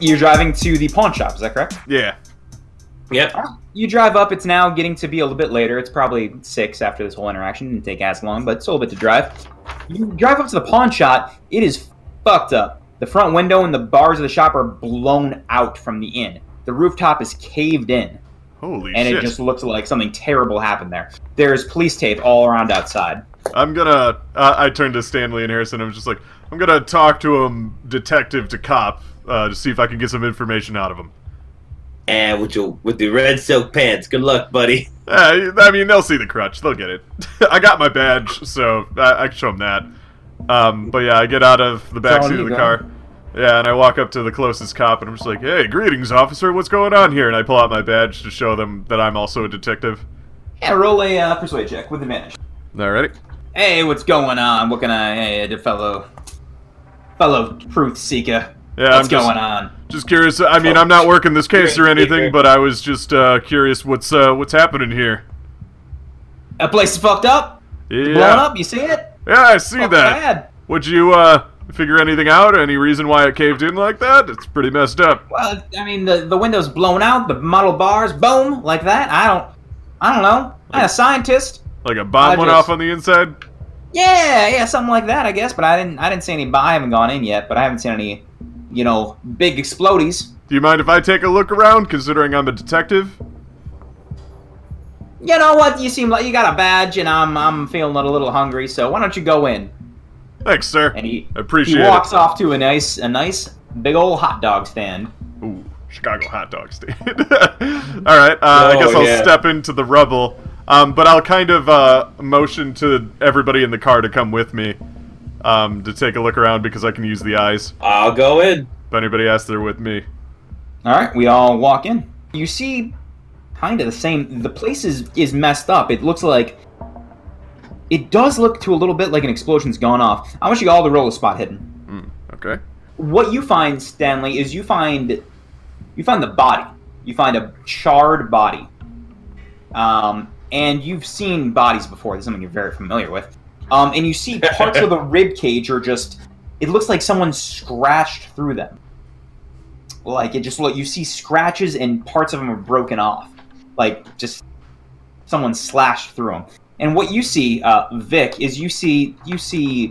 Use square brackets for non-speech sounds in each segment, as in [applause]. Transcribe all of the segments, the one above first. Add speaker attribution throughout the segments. Speaker 1: you're driving to the pawn shop. Is that correct?
Speaker 2: Yeah.
Speaker 3: Yep.
Speaker 1: You drive up. It's now getting to be a little bit later. It's probably six after this whole interaction. Didn't take as long, but it's a little bit to drive. You drive up to the pawn shop. It is fucked up. The front window and the bars of the shop are blown out from the inn. The rooftop is caved in,
Speaker 2: Holy
Speaker 1: and
Speaker 2: shit.
Speaker 1: it just looks like something terrible happened there. There's police tape all around outside.
Speaker 2: I'm gonna. Uh, I turned to Stanley and Harrison. I'm just like, I'm gonna talk to him, detective to cop, uh, to see if I can get some information out of him.
Speaker 3: And Eh, with your with the red silk pants. Good luck, buddy.
Speaker 2: Uh, I mean, they'll see the crutch. They'll get it. [laughs] I got my badge, so I, I can show them that. Um, but yeah, I get out of the
Speaker 1: all
Speaker 2: backseat
Speaker 1: you
Speaker 2: of the
Speaker 1: got.
Speaker 2: car. Yeah, and I walk up to the closest cop, and I'm just like, "Hey, greetings, officer. What's going on here?" And I pull out my badge to show them that I'm also a detective.
Speaker 1: Yeah, roll a uh, persuade check with advantage.
Speaker 2: Alrighty.
Speaker 1: Hey, what's going on? What can I, hey, the fellow, fellow truth seeker?
Speaker 2: Yeah,
Speaker 1: what's
Speaker 2: I'm just,
Speaker 1: going on?
Speaker 2: just curious. I
Speaker 1: Oh.
Speaker 2: mean, I'm not working this case or anything, but I was just uh, curious what's uh, what's happening here.
Speaker 1: A place is fucked up,
Speaker 2: Yeah.
Speaker 1: blown up. Oh, You see it?
Speaker 2: Yeah, I see
Speaker 1: Fuck
Speaker 2: that.
Speaker 1: Bad.
Speaker 2: Would you uh figure anything out? Any reason why it caved in like that? It's pretty messed up.
Speaker 1: Well, I mean, the the windows blown out, the model bars, boom, like that. I don't, I don't know. I'm a scientist.
Speaker 2: Like a bomb
Speaker 1: I
Speaker 2: went
Speaker 1: just-
Speaker 2: off on the inside.
Speaker 1: Yeah, yeah, something like that, I guess. But I didn't, I didn't see any. I haven't gone in yet, but I haven't seen any, you know, big explodies.
Speaker 2: Do you mind if I take a look around, considering I'm a detective?
Speaker 1: You know what? You seem like you got a badge, and I'm I'm feeling a little hungry. So why don't you go in?
Speaker 2: Thanks, sir.
Speaker 1: And he
Speaker 2: I appreciate
Speaker 1: he walks off to a nice a nice big old hot dog stand.
Speaker 2: it. Ooh, Chicago hot dog stand. [laughs] All right, uh, I
Speaker 3: Oh,
Speaker 2: guess I'll
Speaker 3: yeah.
Speaker 2: step into the rubble. Um, but I'll kind of uh, motion to everybody in the car to come with me um, to take a look around because I can use the eyes.
Speaker 3: I'll go in.
Speaker 2: If anybody asks, they're with me.
Speaker 1: All right, we all walk in. You see kind of the same the place is is messed up. It looks like it does look to a little bit like an explosion's gone off. I want you all to roll a spot hidden.
Speaker 2: Mm, okay.
Speaker 1: What you find, Stanley, is you find you find the body. You find a charred body. Um, and you've seen bodies before. This is something you're very familiar with. Um, and you see parts of the rib cage are just. It looks like someone scratched through them. Like it just look. You see scratches and parts of them are broken off. Like just someone slashed through them. And what you see, uh, Vic, is you see you see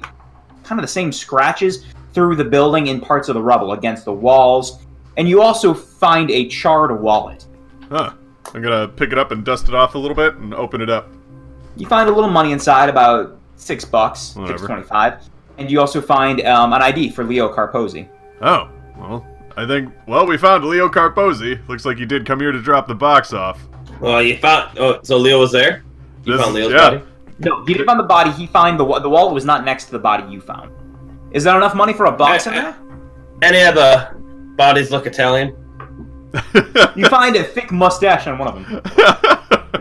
Speaker 1: kind of the same scratches through the building and parts of the rubble against the walls. And you also find a charred wallet.
Speaker 2: Huh. I'm gonna pick it up and dust it off a little bit and open it up.
Speaker 1: You find a little money inside, about six bucks,
Speaker 2: Whatever.
Speaker 1: six twenty-five, and you also find um, an ID for Leo Carposi.
Speaker 2: Oh, well, I think, well, we found Leo Carposi. Looks like he did come here to drop the box off.
Speaker 3: Well, you found. Oh, so Leo was there. You
Speaker 2: This-
Speaker 3: found Leo's
Speaker 2: yeah. [laughs]
Speaker 3: body.
Speaker 1: No, he didn't find the body. He found the wa- the wallet was not next to the body you found. Is there enough money for a box in there?
Speaker 3: Any of the bodies look Italian?
Speaker 1: You find a thick mustache on one of them.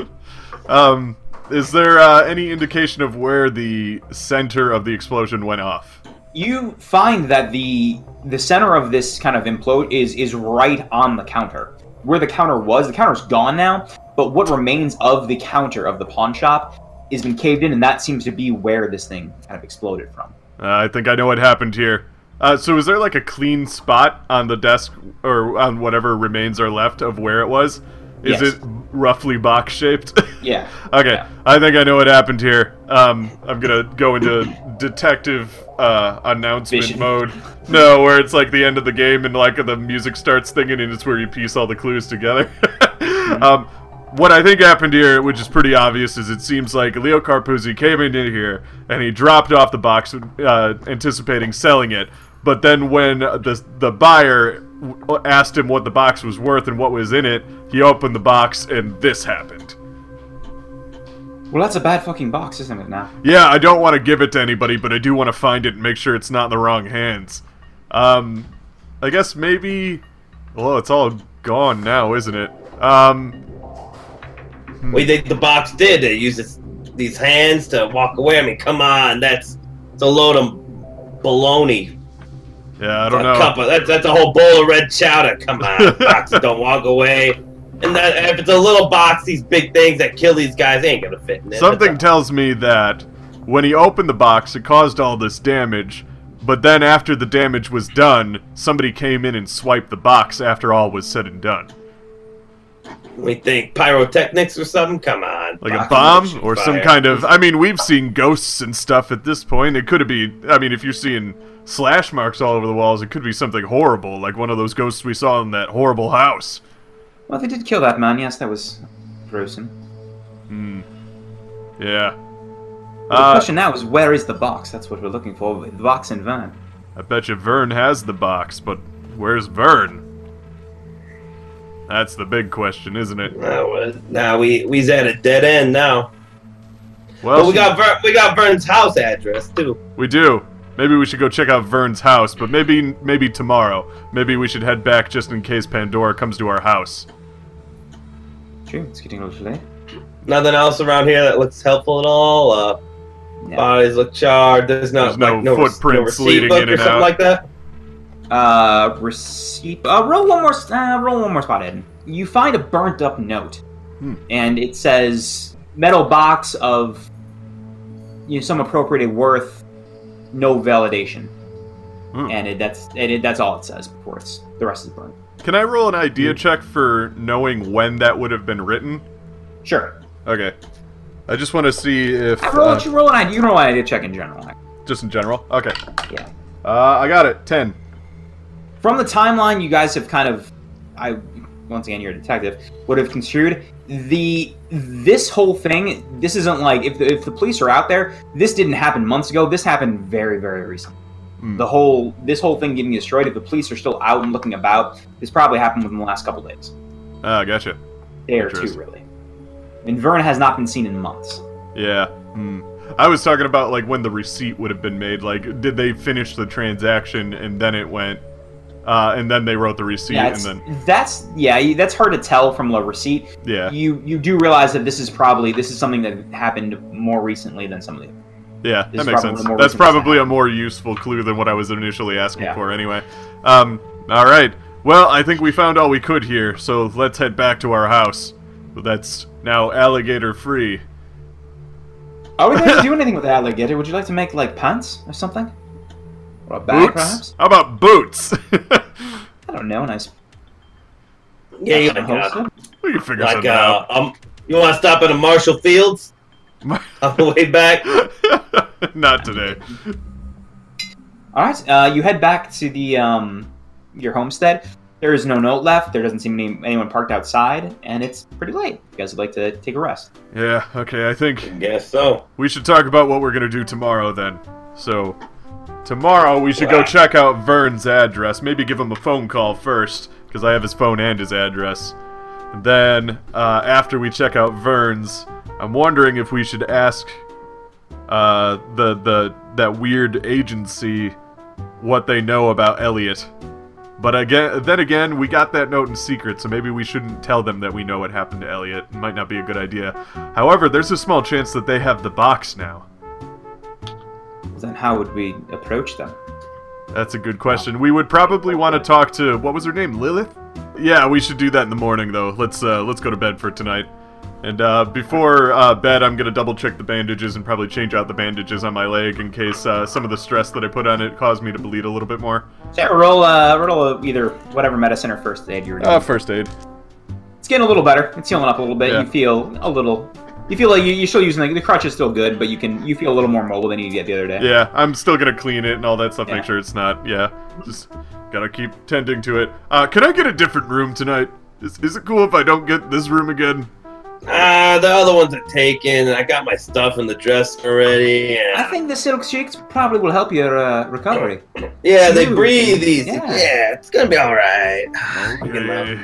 Speaker 2: [laughs] um, is there uh, any indication of where the center of the explosion went off?
Speaker 1: You find that the the center of this kind of implode is is right on the counter. Where the counter was, the counter's gone now, but what remains of the counter of the pawn shop has been caved in, and that seems to be where this thing kind of exploded from.
Speaker 2: Uh, I think I know what happened here. Uh, so is there like a clean spot on the desk or on whatever remains are left of where it was? Is
Speaker 1: Yes.
Speaker 2: it roughly box [laughs] shaped?
Speaker 1: Yeah.
Speaker 2: Okay,
Speaker 1: Yeah.
Speaker 2: I think I know what happened here. Um, I'm gonna go into detective uh, announcement
Speaker 1: Vision.
Speaker 2: mode. No, where it's like the end of the game and like the music starts singing and it's where you piece all the clues together. [laughs]
Speaker 1: Hmm.
Speaker 2: um, what I think happened here, which is pretty obvious, is it seems like Leo Carpuzzi came in here and he dropped off the box, uh, anticipating selling it. But then when the the buyer w- asked him what the box was worth and what was in it, he opened the box and this happened.
Speaker 1: Well, that's a bad fucking box, isn't it? Now
Speaker 2: Yeah, I don't want to give it to anybody, but I do want to find it and make sure it's not in the wrong hands. Um, I guess maybe. Well, it's all gone now, isn't it? Um,
Speaker 3: We think the box did. It uses these hands to walk away. I mean, come on, that's it's a load of baloney.
Speaker 2: yeah, I don't
Speaker 3: a
Speaker 2: know.
Speaker 3: cup of, that's, that's a whole bowl of red chowder. Come on,
Speaker 2: [laughs]
Speaker 3: boxes don't walk away. And that, if it's a little box, these big things that kill these guys they ain't gonna fit in it.
Speaker 2: Something tells me that when he opened the box, it caused all this damage, But then after the damage was done, somebody came in and swiped the box after all was said and done.
Speaker 3: We think pyrotechnics or something. Come on,
Speaker 2: Like a
Speaker 3: box
Speaker 2: bomb
Speaker 3: emotion
Speaker 2: or some
Speaker 3: fire.
Speaker 2: kind of I mean, we've seen ghosts and stuff at this point. It could be I mean, if you're seeing slash marks all over the walls, it could be something horrible, like one of those ghosts we saw in that horrible house.
Speaker 1: Well, they did kill that man. Yes, that was gruesome.
Speaker 2: Hmm. Yeah.
Speaker 1: But the
Speaker 2: Uh,
Speaker 1: question now is where is the box? That's what we're looking for. The box and van.
Speaker 2: I bet you Vern has the box, but where's Vern? That's the big question, isn't it?
Speaker 3: Now, uh, now we we's at a dead end now.
Speaker 2: Well,
Speaker 3: but we got Ver, we got Vern's house address too.
Speaker 2: we do. Maybe we should go check out Vern's house, but maybe maybe tomorrow. Maybe we should head back just in case Pandora comes to our house.
Speaker 1: True, it's getting a little late.
Speaker 3: Nothing else around here that looks helpful at all. Uh,
Speaker 1: Yeah.
Speaker 3: Bodies look charred. There's no
Speaker 2: There's no
Speaker 3: like, no rec-
Speaker 2: footprints
Speaker 3: no receipt
Speaker 2: leading
Speaker 3: book
Speaker 2: in
Speaker 3: or
Speaker 2: and
Speaker 3: something
Speaker 2: out.
Speaker 3: like that.
Speaker 1: Uh, receipt. Uh, roll one more. s- Uh, roll one more spot, Ed. You find a burnt up note,
Speaker 2: Hmm.
Speaker 1: and it says metal box of you know some appropriated worth, no validation,
Speaker 2: Hmm.
Speaker 1: and it, that's and it, that's all it says. Before it's the rest is burnt.
Speaker 2: Can I roll an idea check for knowing when that would have been written?
Speaker 1: Sure.
Speaker 2: Okay. I just want to see if
Speaker 1: I roll.
Speaker 2: uh,
Speaker 1: you roll an idea. You can roll an idea check in general.
Speaker 2: just in general. Okay.
Speaker 1: Yeah.
Speaker 2: Uh, I got it. Ten.
Speaker 1: from the timeline you guys have kind of i once again you're a detective would have construed the this whole thing this isn't like if the, if the police are out there this didn't happen months ago this happened very very recently
Speaker 2: Hmm.
Speaker 1: the whole this whole thing getting destroyed if the police are still out and looking about this probably happened within the last couple days
Speaker 2: Ah, gotcha.
Speaker 1: day or two
Speaker 2: Interesting.
Speaker 1: really and vern has not been seen in months
Speaker 2: Yeah. Hmm. I was talking about like when the receipt would have been made. Like, did they finish the transaction and then it went, uh, and then they wrote the receipt
Speaker 1: yeah,
Speaker 2: and
Speaker 1: it's-
Speaker 2: then
Speaker 1: that's yeah that's hard to tell from the receipt
Speaker 2: yeah,
Speaker 1: you you do realize that this is probably this is something that happened more recently than some of the
Speaker 2: yeah, that
Speaker 1: It's
Speaker 2: makes
Speaker 1: probably
Speaker 2: sense.
Speaker 1: more
Speaker 2: That's
Speaker 1: recent than
Speaker 2: probably a more useful clue than what I was initially asking
Speaker 1: Yeah.
Speaker 2: for. Anyway. Um. All right. Well, I think we found all we could here. So let's head back to our house. That's now alligator free.
Speaker 1: Are we going to do anything with alligator? Would you like to make like pants or something? Or a bag,
Speaker 2: Boots?
Speaker 1: perhaps?
Speaker 2: How about boots? [laughs]
Speaker 1: I don't know. Nice.
Speaker 3: Yeah, you
Speaker 1: Some
Speaker 3: like uh,
Speaker 1: holster.
Speaker 2: we can figure
Speaker 3: like
Speaker 2: something
Speaker 3: uh,
Speaker 2: out.
Speaker 3: um, you want to stop at a Marshall
Speaker 2: [laughs]
Speaker 3: Fields on the way back?
Speaker 2: Not today.
Speaker 1: All right. Uh, you head back to the um, your homestead. There is no note left. There doesn't seem any, anyone parked outside, and it's pretty late. You guys would like to take a rest.
Speaker 2: Yeah. Okay. I think
Speaker 3: Guess so.
Speaker 2: We should talk about what we're gonna do tomorrow then. So, tomorrow we should go
Speaker 3: Wow.
Speaker 2: check out Vern's address. Maybe give him a phone call first, because I have his phone and his address. And then, uh, after we check out Vern's, I'm wondering if we should ask uh, the the that weird agency what they know about Elliot. But again, then again, we got that note in secret, so maybe we shouldn't tell them that we know what happened to Elliot. It might not be a good idea. However, there's a small chance that they have the box now.
Speaker 1: Then how would we approach them?
Speaker 2: That's a good question. We would probably want to talk to what was her name, Lilith. Yeah, we should do that in the morning though. Let's uh, let's go to bed for tonight. And uh, before uh, bed, I'm gonna double check the bandages and probably change out the bandages on my leg in case uh, some of the stress that I put on it caused me to bleed a little bit more.
Speaker 1: Sure, roll uh, roll uh, either whatever medicine or first aid you're doing.
Speaker 2: Uh,
Speaker 3: Uh,
Speaker 2: first aid.
Speaker 1: it's getting a little better. It's healing up a little bit.
Speaker 2: Yeah.
Speaker 1: You feel a little. You feel like you, you're still using like, the crutch is still good, but you can you feel a little more mobile than you did the other day.
Speaker 2: Yeah, I'm still gonna clean it and all that stuff.
Speaker 1: Yeah.
Speaker 2: Make sure it's not. Yeah, just gotta keep tending to it. Uh, can I get a different room tonight? Is, is it cool if I don't get this room again?
Speaker 3: Ah, the other ones are taken. and I got my stuff in the dresser already. And
Speaker 1: I think the silk sheets probably will help your uh, recovery.
Speaker 3: yeah, they
Speaker 1: Smooth.
Speaker 3: breathe easy.
Speaker 1: Yeah.
Speaker 3: Yeah. it's gonna be all right.
Speaker 2: Okay.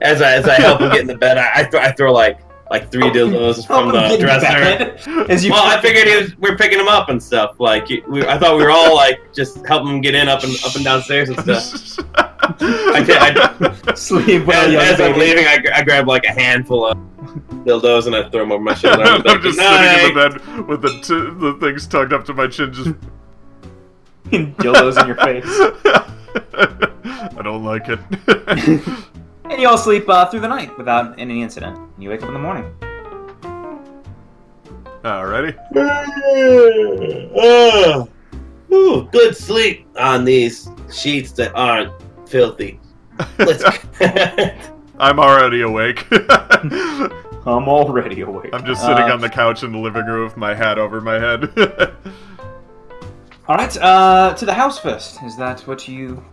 Speaker 3: As I, as I help him get in the bed, I, I, throw, I throw like like three dildos
Speaker 1: Oh,
Speaker 3: from the dresser.
Speaker 1: [laughs] As
Speaker 2: [laughs]
Speaker 1: you
Speaker 3: Well, I figured he was, we are picking him up and stuff. Like we, I thought we were all like just helping him get in up and up and downstairs and
Speaker 2: [laughs]
Speaker 3: stuff.
Speaker 2: I
Speaker 1: [laughs]
Speaker 3: did- I-
Speaker 1: sleep well,
Speaker 3: as,
Speaker 1: young
Speaker 3: as
Speaker 1: [laughs]
Speaker 3: I'm
Speaker 1: baby.
Speaker 3: leaving, I, gr- I grab like a handful of dildos and I throw them over
Speaker 2: [laughs]
Speaker 3: my shoulder. I'm like,
Speaker 2: I'm just sitting in
Speaker 3: "Night."
Speaker 2: the bed with the t- the things tugged up to my chin. Just
Speaker 1: [laughs] Dildos in your face.
Speaker 2: [laughs] I don't
Speaker 1: [laughs]
Speaker 2: like it.
Speaker 1: And you all sleep uh, through the night without any incident. And you wake up in the morning.
Speaker 2: Alrighty.
Speaker 3: [laughs] Ugh. Ah. Ooh, good sleep on these sheets that aren't filthy.
Speaker 2: [laughs]
Speaker 3: Let's. [laughs]
Speaker 2: I'm already awake. [laughs] I'm
Speaker 1: I'm already awake.
Speaker 2: just sitting
Speaker 1: Uh,
Speaker 2: on the couch in the living room with my hat over my head. [laughs]
Speaker 1: All right, uh, to the house first. Is that what you?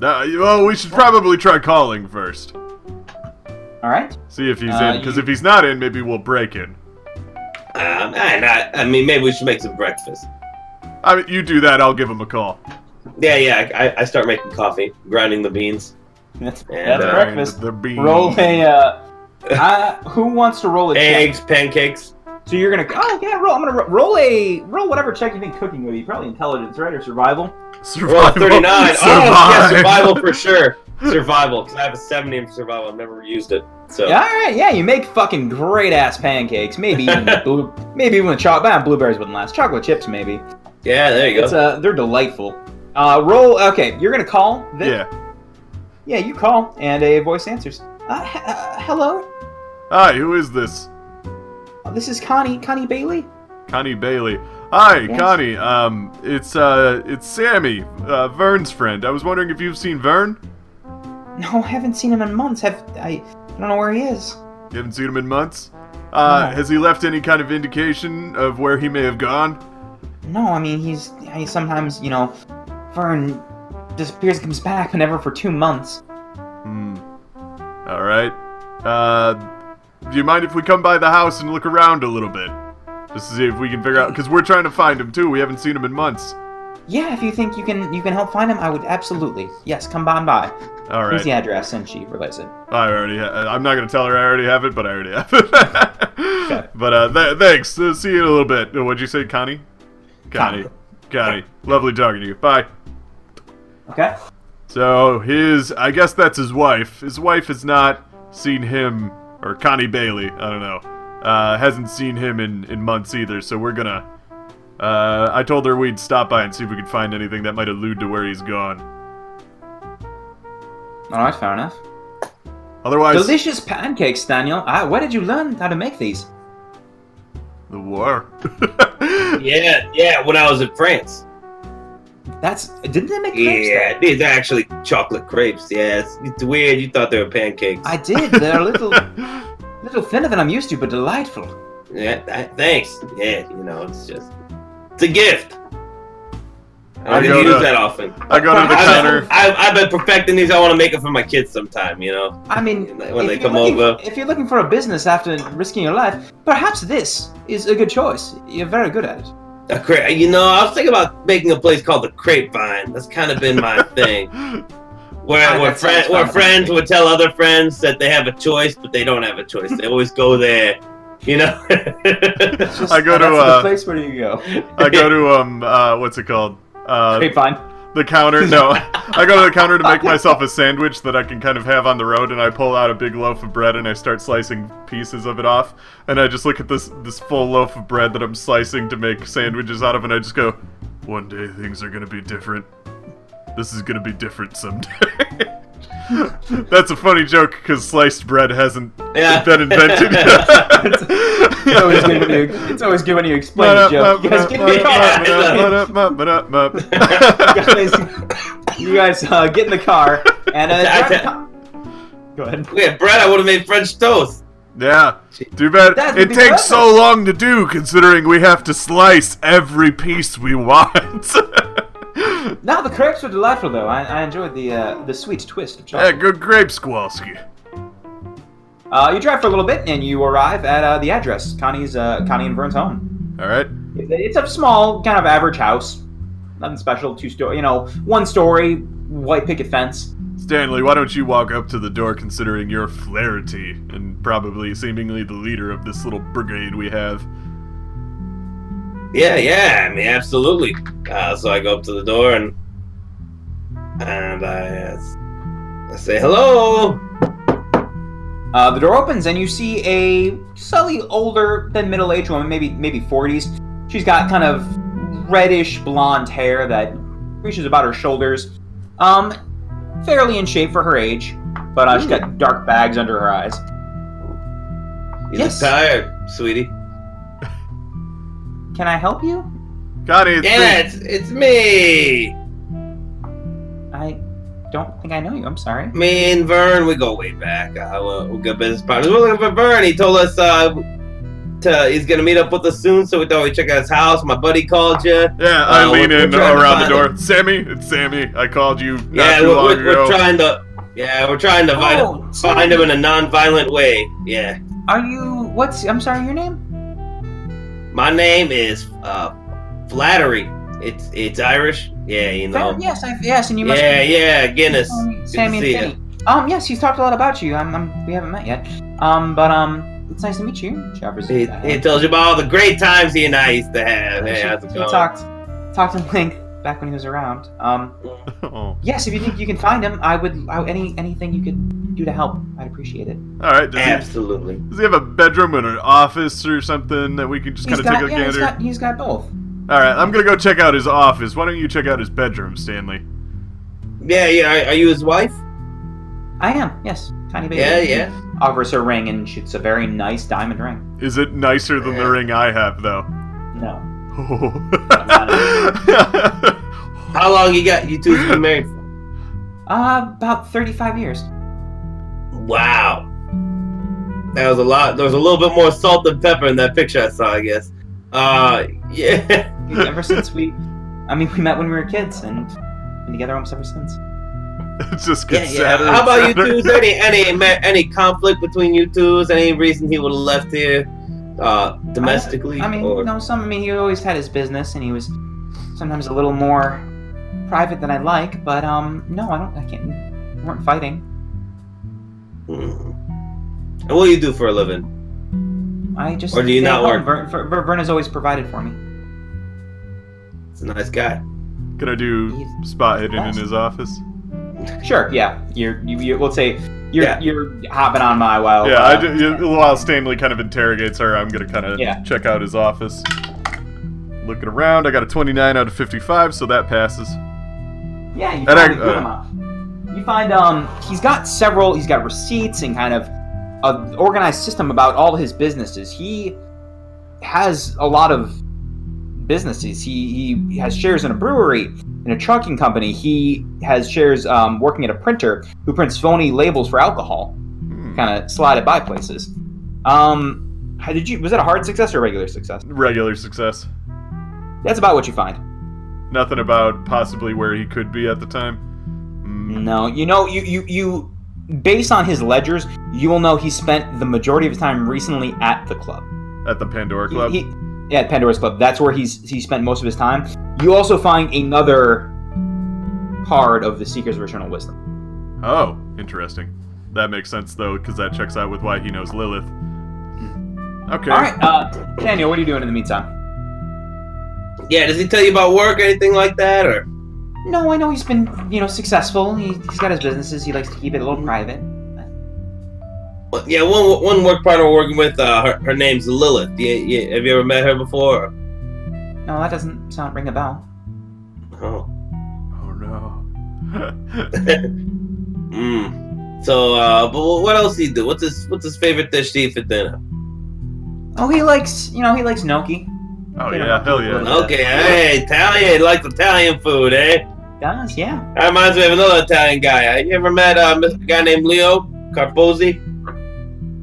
Speaker 2: Nah, you- well, we should probably try calling first.
Speaker 1: All right.
Speaker 2: See if he's
Speaker 1: Uh,
Speaker 2: in, because
Speaker 1: you-
Speaker 2: if he's not in, maybe we'll break in.
Speaker 3: um, I, not, I mean, maybe we should make some breakfast.
Speaker 2: I mean, you do that, I'll give him a call.
Speaker 3: Yeah, yeah. I, I start making coffee, grinding the beans.
Speaker 1: That's,
Speaker 3: Yeah,
Speaker 1: that's
Speaker 3: right.
Speaker 1: breakfast.
Speaker 2: The beans.
Speaker 1: Roll a. Uh, I, who wants to roll a check?
Speaker 3: Eggs, pancakes.
Speaker 1: So you're gonna. Oh yeah, roll. I'm gonna ro- roll a roll whatever check you think cooking would be. Probably intelligence, right, or survival.
Speaker 2: Survival.
Speaker 3: Well, 39.
Speaker 2: [laughs]
Speaker 3: Oh, yeah,
Speaker 2: Survive.
Speaker 3: survival for sure. Survival, because I have a 70 in survival. I've never used it. So,
Speaker 1: Yeah, all right, yeah, you make fucking great ass pancakes. Maybe
Speaker 3: [laughs]
Speaker 1: even with blue, maybe even with chocolate. blueberries wouldn't last. Chocolate chips, maybe.
Speaker 3: yeah there you
Speaker 1: It's
Speaker 3: go.
Speaker 1: uh, they're delightful. Uh, roll. Okay, you're gonna call. Vic?
Speaker 2: [laughs] Yeah.
Speaker 1: Yeah, you call, and a voice answers. Uh, he- uh, hello,
Speaker 2: Hi, who is this?
Speaker 1: this is Connie. Connie Bailey.
Speaker 2: Connie Bailey. Hi,
Speaker 1: Yes.
Speaker 2: Connie. Um, it's uh, it's Sammy, uh, Vern's friend. I was wondering if you've seen Vern.
Speaker 1: No, haven't seen him in months. Have I? I don't know where he is.
Speaker 2: You haven't seen him in months. Uh,
Speaker 1: No.
Speaker 2: Has he left any kind of indication of where he may have gone?
Speaker 1: No, I mean he's. I sometimes, you know, Fern disappears, comes back, but never for two months.
Speaker 2: Hmm. All right. Uh, do you mind if we come by the house and look around a little bit, just to see if we can figure out? Because we're trying to find him too. We haven't seen him in months.
Speaker 1: Yeah, if you think you can, you can help find him. I would absolutely. Yes, come by and by.
Speaker 2: All right.
Speaker 1: Here's the address, and she relays it.
Speaker 2: I already. Ha- uh, I'm not gonna tell her I already have it, but I already have it. But uh, th- thanks. Uh, see you in a little bit. Uh, What'd you say, Connie? Connie.
Speaker 1: Connie.
Speaker 2: Connie. Lovely talking to you. Bye.
Speaker 1: Okay.
Speaker 2: So his, I guess that's his wife. His wife has not seen him, or Connie Bailey. I don't know. Uh, hasn't seen him in in months either. So we're gonna. Uh, I told her we'd stop by and see if we could find anything that might allude to where he's gone.
Speaker 1: All right, fair enough.
Speaker 2: Otherwise,
Speaker 1: Delicious pancakes, Daniel. Ah, where did you learn how to make these?
Speaker 2: the war. [laughs]
Speaker 3: Yeah, yeah, when I was in France.
Speaker 1: That's didn't they make crepes? there?
Speaker 3: Yeah, these are actually chocolate crepes. Yeah, it's, it's weird. You thought they were pancakes.
Speaker 1: I did. They're a
Speaker 2: [laughs]
Speaker 1: little little thinner than I'm used to, but delightful.
Speaker 3: yeah, th- thanks. Yeah, you know, it's just it's a gift. I
Speaker 2: I
Speaker 3: don't
Speaker 2: go
Speaker 3: use
Speaker 2: to-
Speaker 3: that often.
Speaker 2: I go to the
Speaker 1: I've-
Speaker 2: counter.
Speaker 3: I've, I've been perfecting these. I want to make them for my kids sometime. You know,
Speaker 1: I mean,
Speaker 3: when they
Speaker 1: if
Speaker 3: come
Speaker 1: you're looking-
Speaker 3: over.
Speaker 1: If you're looking for a business after risking your life, perhaps this is a good choice. You're very good at it.
Speaker 3: A cra- you know, I was thinking about making a place called the Crepe Vine. That's kind of been my thing. Where,
Speaker 1: Ah,
Speaker 3: where,
Speaker 1: that sounds
Speaker 3: friend, where
Speaker 1: fun.
Speaker 3: friends would tell other friends that they have a choice, but they don't have a choice. They always go there, you know. [laughs]
Speaker 1: It's just-
Speaker 2: I go to,
Speaker 1: that's
Speaker 2: uh,
Speaker 1: the place where you go.
Speaker 2: I go to um uh what's it called? Uh
Speaker 1: Grapevine.
Speaker 2: the
Speaker 1: [laughs]
Speaker 2: counter. No. I go to the counter to make myself a sandwich that I can kind of have on the road and I pull out a big loaf of bread and I start slicing pieces of it off and I just look at this this full loaf of bread that I'm slicing to make sandwiches out of and I just go, "One day things are going to be different. This is going to be different someday." [laughs] That's a funny joke cuz sliced bread hasn't
Speaker 3: Yeah.
Speaker 2: been
Speaker 1: [laughs]
Speaker 2: invented yet.
Speaker 1: It's always good when you, it's always good when you explain a joke. You guys give me a
Speaker 3: Yeah.
Speaker 1: [laughs] call. [laughs] You guys, you guys uh, get in the car and uh, drive the co- go ahead.
Speaker 3: we had bread. I would have made French toast.
Speaker 2: Yeah, too bad
Speaker 1: That would
Speaker 2: it
Speaker 1: be
Speaker 2: takes so
Speaker 1: perfect.
Speaker 2: long to do, considering we have to slice every piece we want. [laughs]
Speaker 1: No, the crepes were delightful though. I, I enjoyed the uh, the sweet twist of
Speaker 2: yeah,
Speaker 1: chocolate.
Speaker 2: good grape, Squalsky.
Speaker 1: Uh, you drive for a little bit and you arrive at uh, the address, Connie's uh, Connie and Vern's home.
Speaker 2: All right.
Speaker 1: It- It's a small, kind of average house, nothing special. Two story, you know, one story, white picket fence.
Speaker 2: Stanley, why don't you walk up to the door considering your flarity and probably seemingly the leader of this little brigade we have?
Speaker 3: Yeah, yeah. I mean, absolutely. Uh, so I go up to the door and and I, uh, I say hello.
Speaker 1: Uh, the door opens and you see a slightly older than middle-aged woman, maybe maybe 40s. She's got kind of reddish blonde hair that reaches about her shoulders. Um, fairly in shape for her age, but uh, she's got dark bags under her eyes.
Speaker 3: You
Speaker 1: Yes.
Speaker 3: look tired, sweetie.
Speaker 1: Can I help you?
Speaker 2: Connie, it's
Speaker 3: Yeah,
Speaker 2: me.
Speaker 3: it's, it's me.
Speaker 1: I don't think I know you. I'm sorry.
Speaker 3: Me and Vern, we go way back. Uh, we're, we're good business partners. We're looking for Vern. He told us uh, to he's gonna meet up with us soon, so we thought we'd check out his house. My buddy called you.
Speaker 2: Yeah,
Speaker 3: Uh,
Speaker 2: I
Speaker 1: Oh,
Speaker 3: we're-
Speaker 2: lean
Speaker 3: we're
Speaker 2: in
Speaker 3: trying to
Speaker 2: around the
Speaker 3: find
Speaker 2: door. Sammy, it's Sammy. I called you not
Speaker 3: yeah,
Speaker 2: too
Speaker 3: we're,
Speaker 2: long
Speaker 3: we're, we're
Speaker 2: ago.
Speaker 3: trying to. Yeah, we're trying to find,
Speaker 1: Oh,
Speaker 3: find him in a non-violent way. Yeah,
Speaker 1: Are you? What's? I'm sorry. Your name?
Speaker 3: my name is uh, Flattery. It's it's Irish. Yeah, you know.
Speaker 1: Fa- Yes. I, yes. And you must.
Speaker 3: yeah, yeah, Guinness.
Speaker 1: Um,
Speaker 3: to
Speaker 1: Sammy and
Speaker 3: see ya.
Speaker 1: Finney. Um, yes, he's talked a lot about you. Um, um, we haven't met yet. Um, but um, it's nice to meet you, Travers.
Speaker 3: He,
Speaker 1: Uh,
Speaker 3: he tells you about all the great times he and I used to have.
Speaker 1: we
Speaker 3: Hey, how's it going?
Speaker 1: talked, talked in length back when he was around. Um,
Speaker 2: [laughs] Oh. All
Speaker 1: yes, if you think you can find him, I would. I, any anything you could do to help, I'd appreciate it.
Speaker 2: right, does he,
Speaker 3: Absolutely.
Speaker 2: does he have a bedroom and an office or something that we can just kind
Speaker 1: He's
Speaker 2: of take
Speaker 1: got,
Speaker 2: a
Speaker 1: yeah, he's
Speaker 2: gander?
Speaker 1: got, he's got both.
Speaker 2: All right, I'm gonna go check out his office. Why don't you check out his bedroom, Stanley?
Speaker 3: Yeah, yeah. Are, are you his wife?
Speaker 1: I am. Yes, tiny baby.
Speaker 3: Yeah, yeah.
Speaker 1: Offers her ring and shoots a very nice diamond ring.
Speaker 2: Is it nicer than the
Speaker 3: Yeah.
Speaker 2: ring I have,
Speaker 3: [laughs]
Speaker 2: though?
Speaker 1: No,
Speaker 2: Oh.
Speaker 3: How long you got? You two's been married for?
Speaker 1: uh, about thirty-five
Speaker 3: [laughs]
Speaker 1: years.
Speaker 3: Wow. That was a lot. There was a little bit more salt and pepper in that picture I saw, I guess. Uh, [laughs]
Speaker 1: [laughs]
Speaker 3: yeah.
Speaker 1: Ever since we, I mean, we met when we were kids and been together almost ever since.
Speaker 2: it just
Speaker 3: yeah,
Speaker 2: gets
Speaker 3: yeah.
Speaker 2: sadder.
Speaker 3: How
Speaker 2: and
Speaker 3: about
Speaker 2: sadder.
Speaker 3: you two's? Any, any, ma- any conflict between you two's? Any reason he would have left here, uh, domestically?
Speaker 1: I mean,
Speaker 3: or...
Speaker 1: no, some. I mean, he always had his business, and he was sometimes a little more private than I'd like. But um, no, I don't. I can't. We weren't fighting.
Speaker 3: Mm. And what do you do for a living?
Speaker 1: I just.
Speaker 3: Or do you
Speaker 1: stay
Speaker 3: not
Speaker 1: at
Speaker 3: work?
Speaker 1: home. Vern, Ver- Ver- Vern has always provided for
Speaker 3: [laughs]
Speaker 1: me.
Speaker 3: He's a nice guy.
Speaker 2: Can I do
Speaker 1: He's-
Speaker 2: spot hidden in
Speaker 1: Yes.
Speaker 2: his office?
Speaker 1: Sure. Yeah. You're. You. you let's say. You're.
Speaker 3: Yeah.
Speaker 1: You're hopping on my while.
Speaker 3: Oh,
Speaker 2: yeah,
Speaker 1: uh,
Speaker 2: I do, you- while Stanley kind of interrogates her, I'm gonna kind of
Speaker 1: Yeah.
Speaker 2: check out his office. Looking around, I got a 29 out of 55, so that passes.
Speaker 1: Yeah, you
Speaker 2: And
Speaker 1: find
Speaker 2: I-
Speaker 1: a good
Speaker 2: uh,
Speaker 1: amount. You find um, he's got several. He's got receipts and kind of a organized system about all his businesses. He has a lot of businesses. He he has shares in a brewery, in a trucking company. He has shares um, working at a printer who prints phony labels for alcohol,
Speaker 2: Hmm.
Speaker 1: kind of slide it by places. Um, how did you? Was that a hard success or a regular success?
Speaker 2: Regular success.
Speaker 1: That's about what you find.
Speaker 2: Nothing about possibly where he could be at the time. Hmm.
Speaker 1: No, you know, you you you based on his ledgers, you will know he spent the majority of his time recently at the club.
Speaker 2: At the Pandora
Speaker 1: He-
Speaker 2: Club.
Speaker 1: He, yeah, at Pandora's Club. That's where he's he spent most of his time. You also find another card of the Seeker's of Eternal Wisdom.
Speaker 2: Oh, interesting. That makes sense though, because that checks out with why he knows Lilith. Okay.
Speaker 1: All right, uh, Daniel, what are you doing in the meantime?
Speaker 3: Yeah, does he tell you about work or anything like that? Or
Speaker 1: No, I know he's been you know successful. He, he's got his businesses. He likes to keep it a little private.
Speaker 3: Well, yeah, one one work partner we're working with, uh, her, her name's Lilith. Yeah, yeah, have you ever met her before?
Speaker 1: No, that doesn't sound ring a bell.
Speaker 3: Oh.
Speaker 2: Oh no.
Speaker 3: Mm. So, uh, but wh- what else he do? What's his What's his favorite dish to eat for dinner?
Speaker 1: Oh, he likes you know he likes gnocchi.
Speaker 2: [laughs] oh yeah, hell yeah.
Speaker 3: Okay, hey, Italian likes Italian food, eh?
Speaker 1: Does yeah.
Speaker 3: That reminds me of another Italian guy. Have you ever met uh, a guy named Leo Carpozzi?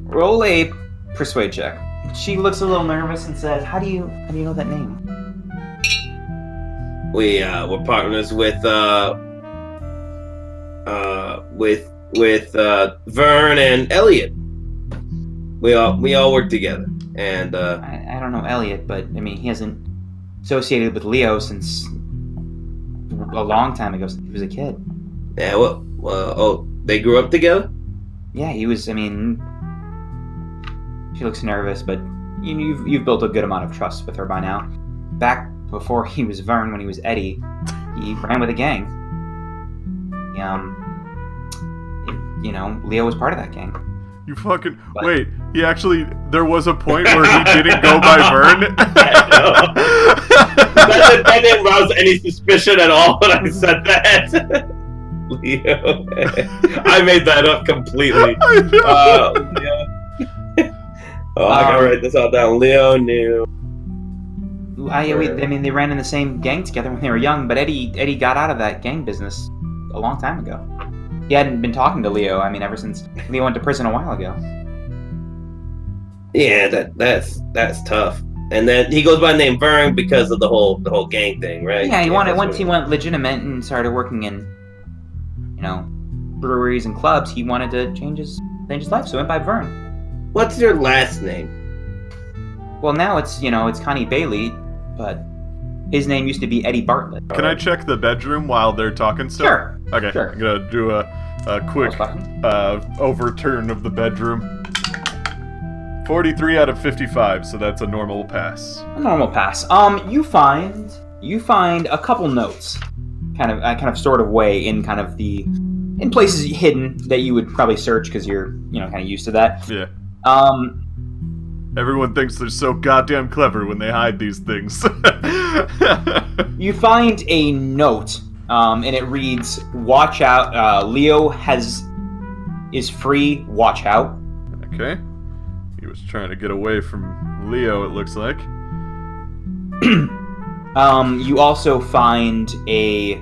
Speaker 1: Roll a persuade check. She looks a little nervous and says, "How do you how do you know that name?"
Speaker 3: We uh, were partners with uh, uh, with with uh, Vern and Elliot. We all we all work together, and uh,
Speaker 1: I, I don't know Elliot, but I mean, he hasn't associated with Leo since a long time ago. Since he was a kid.
Speaker 3: yeah, well, well, oh, they grew up together.
Speaker 1: Yeah, he was. I mean, she looks nervous, but you, you've you've built a good amount of trust with her by now. Back before he was Vern, when he was Eddie, he ran with a gang. He, um, you know, Leo was part of that gang.
Speaker 2: You fucking
Speaker 1: What?
Speaker 2: wait. He actually there was a point where
Speaker 1: [laughs]
Speaker 2: he didn't go by Vern.
Speaker 3: That, that didn't rouse any suspicion at all when I said that. [laughs] Leo, I made that up [laughs] completely.
Speaker 2: [laughs] I know.
Speaker 3: Uh, Leo. Oh, I gotta
Speaker 1: Um,
Speaker 3: write this all down. Leo knew
Speaker 1: I, we, I mean, they ran in the same gang together when they were young, but Eddie Eddie got out of that gang business a long time ago. He hadn't been talking to Leo. I mean, ever since Leo went to prison a while ago.
Speaker 3: Yeah, that that's that's tough. And then he goes by the name Vern because of the whole the whole gang thing, right?
Speaker 1: Yeah, he
Speaker 3: that's
Speaker 1: wanted once
Speaker 3: what-
Speaker 1: he went legitimate and started working in, you know, breweries and clubs. He wanted to change his change his life, so he went by Vern.
Speaker 3: What's your last name?
Speaker 1: Well, now it's you know it's Connie Bailey, but his name used to be Eddie Bartlett.
Speaker 2: Can I check the bedroom while they're talking still?
Speaker 1: Sure.
Speaker 2: Okay,
Speaker 1: Sure.
Speaker 2: I'm gonna do a, a quick uh, overturn of the bedroom. 43 out of 55, so that's a normal pass.
Speaker 1: A normal pass. Um, you find you find a couple notes, kind of uh, kind of sort of way in kind of the in places hidden that you would probably search because you're you know kind of used to that.
Speaker 2: Yeah.
Speaker 1: Um,
Speaker 2: Everyone thinks they're so goddamn clever when they hide these things. [laughs]
Speaker 1: You find a note, um, and it reads, "Watch out, uh, Leo has is free. Watch out."
Speaker 2: okay. He was trying to get away from Leo, it looks like.
Speaker 1: Um, you also find a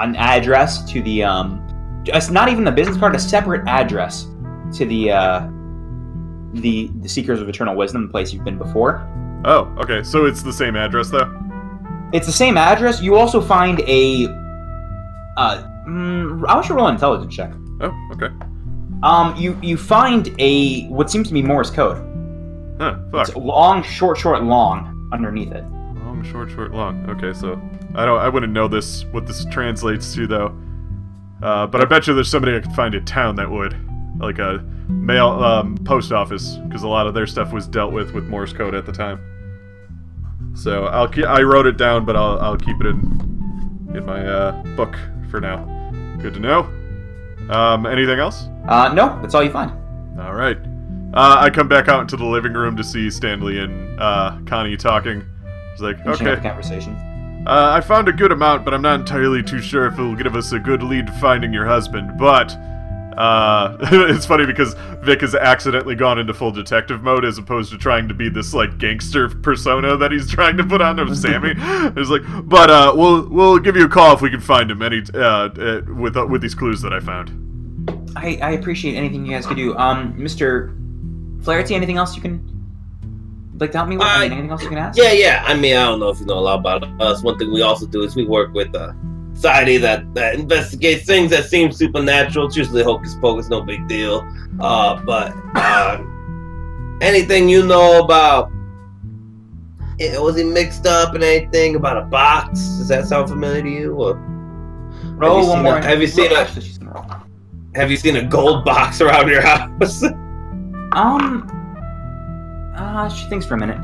Speaker 1: an address to the um, it's not even a business card, a separate address to the uh, the the Seekers of Eternal Wisdom the place you've been before.
Speaker 2: Oh, okay, so it's the same address, though?
Speaker 1: It's the same address. You also find a uh, mm, I should roll an intelligence check.
Speaker 2: Oh, okay.
Speaker 1: Um, you you find a what seems to be Morse code.
Speaker 2: Huh, fuck.
Speaker 1: It's long, short, short, long underneath it.
Speaker 2: Long, short, short, long. Okay, so I don't. I wouldn't know this. What this translates to, though. Uh, but I bet you there's somebody I could find in town that would, like a mail um, post office, because a lot of their stuff was dealt with with Morse code at the time. So I'll keep. I wrote it down, but I'll I'll keep it in in my uh, book for now. Good to know. Um, anything else?
Speaker 1: Uh, no, that's all you find.
Speaker 2: All right. Uh, I come back out into the living room to see Stanley and uh, Connie talking. She's like,
Speaker 1: Finishing up
Speaker 2: okay.
Speaker 1: the conversation.
Speaker 2: Uh, I found a good amount, but I'm not entirely too sure if it'll give us a good lead to finding your husband. But uh, [laughs] it's funny because Vic has accidentally gone into full detective mode as opposed to trying to be this like gangster persona that he's trying to put on of
Speaker 3: [laughs]
Speaker 2: Sammy. it's like, but uh, we'll we'll give you a call if we can find him. Any uh, uh, with uh, with these clues that I found.
Speaker 1: I, I appreciate anything you guys could do. Um, Mr. Flaherty, anything else you can like to help me with? I mean,
Speaker 3: Uh,
Speaker 1: anything else you can ask?
Speaker 3: Yeah, yeah. I mean, I don't know if you know a lot about us. One thing we also do is we work with a society that, that investigates things that seem supernatural. It's usually hocus pocus, no big deal. Uh, but uh, anything you know about? eh, Was he mixed up in anything about a box? Does that sound familiar to you? Or
Speaker 1: Roll
Speaker 3: you
Speaker 1: one
Speaker 3: seen
Speaker 1: more.
Speaker 3: a- Oh, have you seen uh, a-
Speaker 1: Actually, she's gonna roll.
Speaker 3: have you seen a gold [laughs] box around your house? [laughs]
Speaker 1: Um. Uh, she thinks for a minute.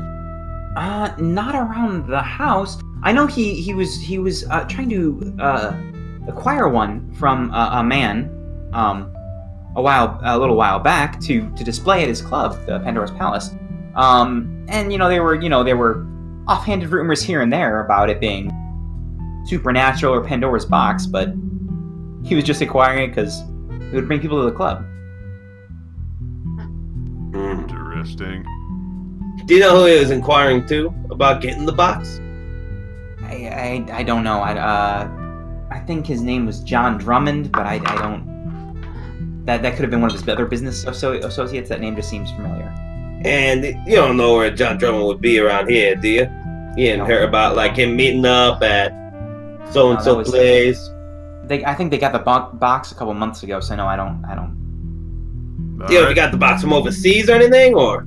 Speaker 1: Uh, not around the house. I know he he was he was uh, trying to uh, acquire one from uh, a man, um, a while a little while back to to display at his club, the Pandora's Palace. Um, and you know there were you know there were offhanded rumors here and there about it being supernatural or Pandora's box, but he was just acquiring it because it would bring people to the club.
Speaker 3: Hmm.
Speaker 2: Interesting.
Speaker 3: Do you know who he was inquiring to about getting the box?
Speaker 1: I, I, I don't know. I, uh, I think his name was John Drummond, but I, I don't. That that could have been one of his other business asso- associates. That name just seems familiar.
Speaker 3: And you don't know where John Drummond would be around here, do you? You didn't hear about like him meeting up at so
Speaker 1: No,
Speaker 3: and
Speaker 1: that
Speaker 3: so
Speaker 1: was-
Speaker 3: place.
Speaker 1: They, I think they got the bo- box a couple months ago, so no, I don't, I don't,
Speaker 2: All
Speaker 3: Do you know if
Speaker 2: right. [laughs]
Speaker 3: you got the box from overseas or anything? Or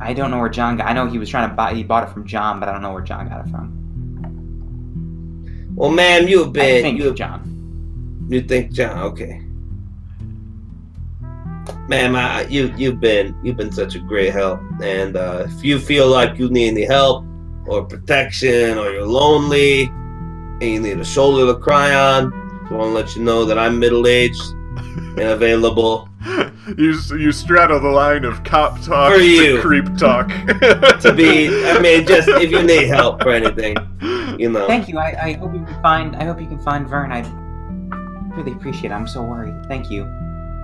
Speaker 1: I don't know where John. Got, I know he was trying to buy. He bought it from John, but I don't know where John got it from.
Speaker 3: well, ma'am, you have
Speaker 1: I
Speaker 3: been
Speaker 1: think
Speaker 3: you have
Speaker 1: John.
Speaker 3: You think John? Okay. Ma'am, I, you you've been you've been such a great help, and uh, if you feel like you need any help or protection, or you're lonely and you need a shoulder to cry on, just want to let you know that I'm middle aged and available
Speaker 2: you s- you straddle the line of cop talk
Speaker 3: For
Speaker 2: to
Speaker 3: you.
Speaker 2: creep talk.
Speaker 3: [laughs] to be. I
Speaker 2: [laughs]
Speaker 3: mean, just if you need help for anything, you know.
Speaker 1: Thank you. I, I hope you can find. I hope you can find Vern. I
Speaker 3: [laughs]
Speaker 1: really appreciate. it. I'm so worried. Thank you.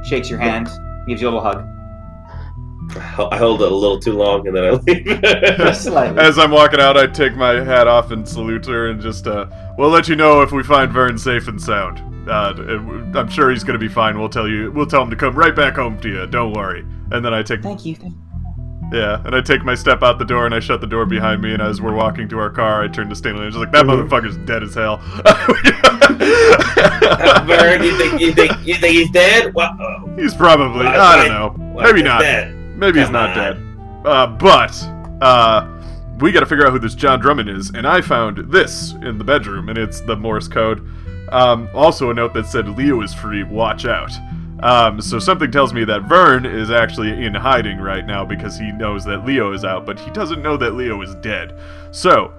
Speaker 1: Shakes your hand, gives you a little hug.
Speaker 3: I hold it a little too long and then I leave. [laughs]
Speaker 1: Just slightly.
Speaker 2: As I'm walking out, I take my hat off and salute her, and just uh, we'll let you know if we find Vern safe and sound. Uh, and I'm sure he's gonna be fine. We'll tell you. We'll tell him to come right back home to you. Don't worry. And then I take
Speaker 1: Thank you. Thank
Speaker 2: yeah, and I take my step out the door and I shut the door behind me. And as we're walking to our car, I turn to Stanley and I'm just like that
Speaker 3: Mhm.
Speaker 2: motherfucker's dead as hell. [laughs]
Speaker 3: Uh, Vern, you think you think you think he's dead? Well, uh,
Speaker 2: He's probably.
Speaker 3: Well,
Speaker 2: I don't
Speaker 3: I-
Speaker 2: know.
Speaker 3: well,
Speaker 2: Maybe
Speaker 3: he's
Speaker 2: not.
Speaker 3: dead.
Speaker 2: Maybe he's
Speaker 3: Come
Speaker 2: not
Speaker 3: on.
Speaker 2: dead. Uh, but uh, we got to figure out who this John Drummond is, and I found this in the bedroom, and it's the Morse code. Um, also, a note that said Leo is free. Watch out. Um, so something tells me that Vern is actually in hiding right now because he knows that Leo is out, but he doesn't know that Leo is dead. So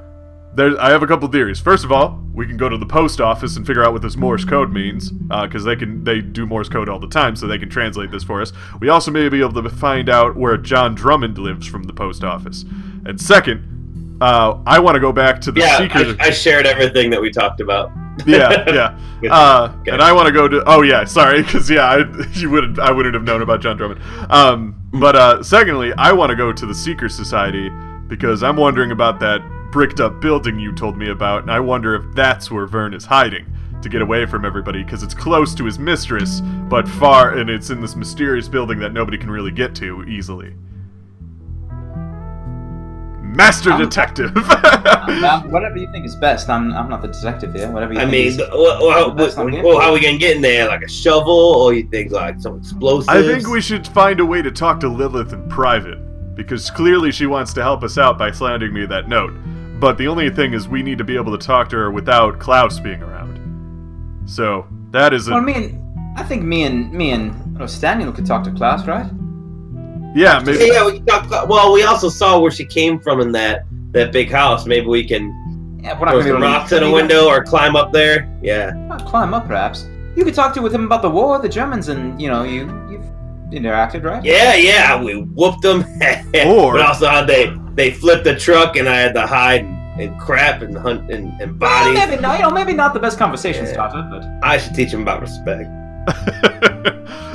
Speaker 2: there's, I have a couple theories. First of all, we can go to the post office and figure out what this Morse code means, because they can they do Morse code all the time, so they can translate this for us. We also may be able to find out where John Drummond lives from the post office. And second, uh, I want to go back to the
Speaker 3: Yeah,
Speaker 2: seeker.
Speaker 3: I, I shared everything that we talked about.
Speaker 2: yeah,
Speaker 3: [laughs]
Speaker 2: yeah.
Speaker 3: Good.
Speaker 2: Uh,
Speaker 3: Okay.
Speaker 2: And I want to go to. Oh yeah, sorry, because yeah, I, [laughs] you wouldn't. I wouldn't have known about John Drummond. Um, but uh, secondly, I want to go to the Seeker Society because I'm wondering about that bricked up building you told me about, and I wonder if that's where Vern is hiding to get away from everybody because it's close to his mistress, but far, and it's in this mysterious building that nobody can really get to easily. Master
Speaker 1: I'm-
Speaker 2: detective.
Speaker 1: you. Uh, whatever you think is best. I'm, I'm not the detective here. Whatever you
Speaker 3: I
Speaker 1: think
Speaker 3: mean,
Speaker 1: is-
Speaker 3: th- well, well,
Speaker 1: That's
Speaker 3: well,
Speaker 1: not it.
Speaker 3: well, how we gonna get in there? Like a shovel, or you think like some explosives?
Speaker 2: I think we should find a way to talk to Lilith in private, because clearly she wants to help us out by slandering me that note. But the only thing is, we need to be able to talk to her without Klaus being around. So that is a
Speaker 1: Well, I mean, I think me and me and oh, Stanley could talk to Klaus, right?
Speaker 2: yeah,
Speaker 3: Yeah,
Speaker 2: maybe [laughs]
Speaker 3: yeah, we can talk. Well, we also saw where she came from in that that big house. Maybe we can
Speaker 1: Yeah, we're not
Speaker 3: throw
Speaker 1: gonna be
Speaker 3: some
Speaker 1: able to-
Speaker 3: rocks in a
Speaker 1: you know,
Speaker 3: window or climb up there. Yeah,
Speaker 1: not climb up, perhaps. You could talk to with him about the war, the Germans, and you know, you you've interacted, right?
Speaker 3: yeah, yeah. We whooped them. [laughs]
Speaker 2: Or-
Speaker 3: but also how they they flipped the truck and I had to hide and, and crap and hunt and, and
Speaker 1: Well,
Speaker 3: bodies.
Speaker 1: maybe not. You know, maybe not the best conversation
Speaker 3: Yeah.
Speaker 1: starter, but
Speaker 3: I should teach them about respect. [laughs]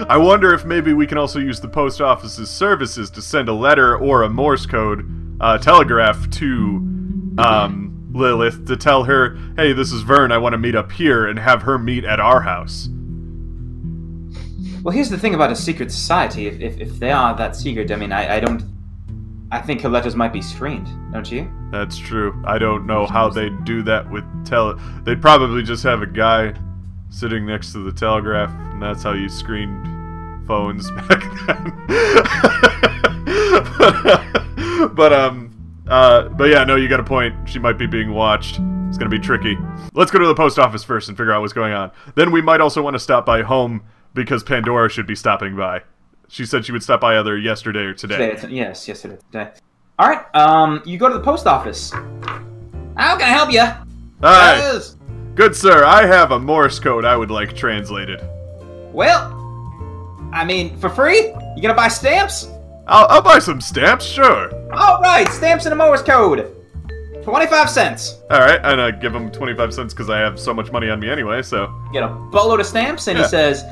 Speaker 2: I wonder if maybe we can also use the post office's services to send a letter or a Morse code uh, telegraph to um, Lilith to tell her, "Hey, this is Vern. I want to meet up here," and have her meet at our house.
Speaker 1: well, here's the thing about a secret society. If if, if they are that secret, I mean, I, I don't. I think her letters might be screened, don't you?
Speaker 2: That's true. I don't know how they'd do that with tele. They'd probably just have a guy sitting next to the telegraph, and that's how you screened phones [laughs] back then. but, uh, but um, uh, but yeah, no, you got a point. She might be being watched. It's gonna be tricky. Let's go to the post office first and figure out what's going on. Then we might also want to stop by home because Pandora should be stopping by. She said she would stop by either yesterday or
Speaker 1: Today,
Speaker 2: today.
Speaker 1: it's- yes, yesterday, today. All right. Um, you go to the post office. How can I help you?
Speaker 2: All right.
Speaker 1: Yes.
Speaker 2: Good sir, I have a Morse code I would like translated.
Speaker 1: Well, I mean, for free? You gonna buy stamps?
Speaker 2: I'll, I'll buy some stamps, sure.
Speaker 1: All right, stamps and a Morse code. Twenty-five cents.
Speaker 2: All right, and I give him 25 cents because I have so much money on me anyway, so.
Speaker 1: get a boatload of stamps, and
Speaker 2: Yeah.
Speaker 1: he says,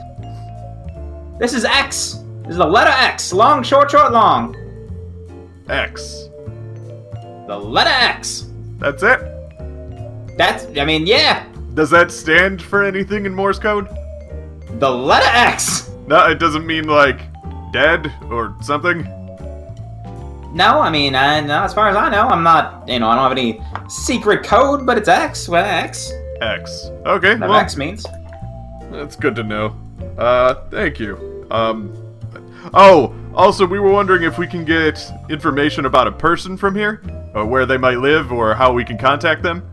Speaker 1: "This is X. This is the letter X. Long, short, short, long.
Speaker 2: X.
Speaker 1: The letter X.
Speaker 2: That's it?
Speaker 1: That's. I mean, yeah.
Speaker 2: Does that stand for anything in Morse code?
Speaker 1: The letter X.
Speaker 2: No, it doesn't mean like dead or something?
Speaker 1: No, I mean, I, no, as far as I know, I'm not. You know, I don't have any secret code, but it's X. Well, X.
Speaker 2: X. Okay,
Speaker 1: That
Speaker 2: well,
Speaker 1: X means.
Speaker 2: that's good to know. Uh, thank you. Um. Oh, also, we were wondering if we can get information about a person from here, or where they might live, or how we can contact them.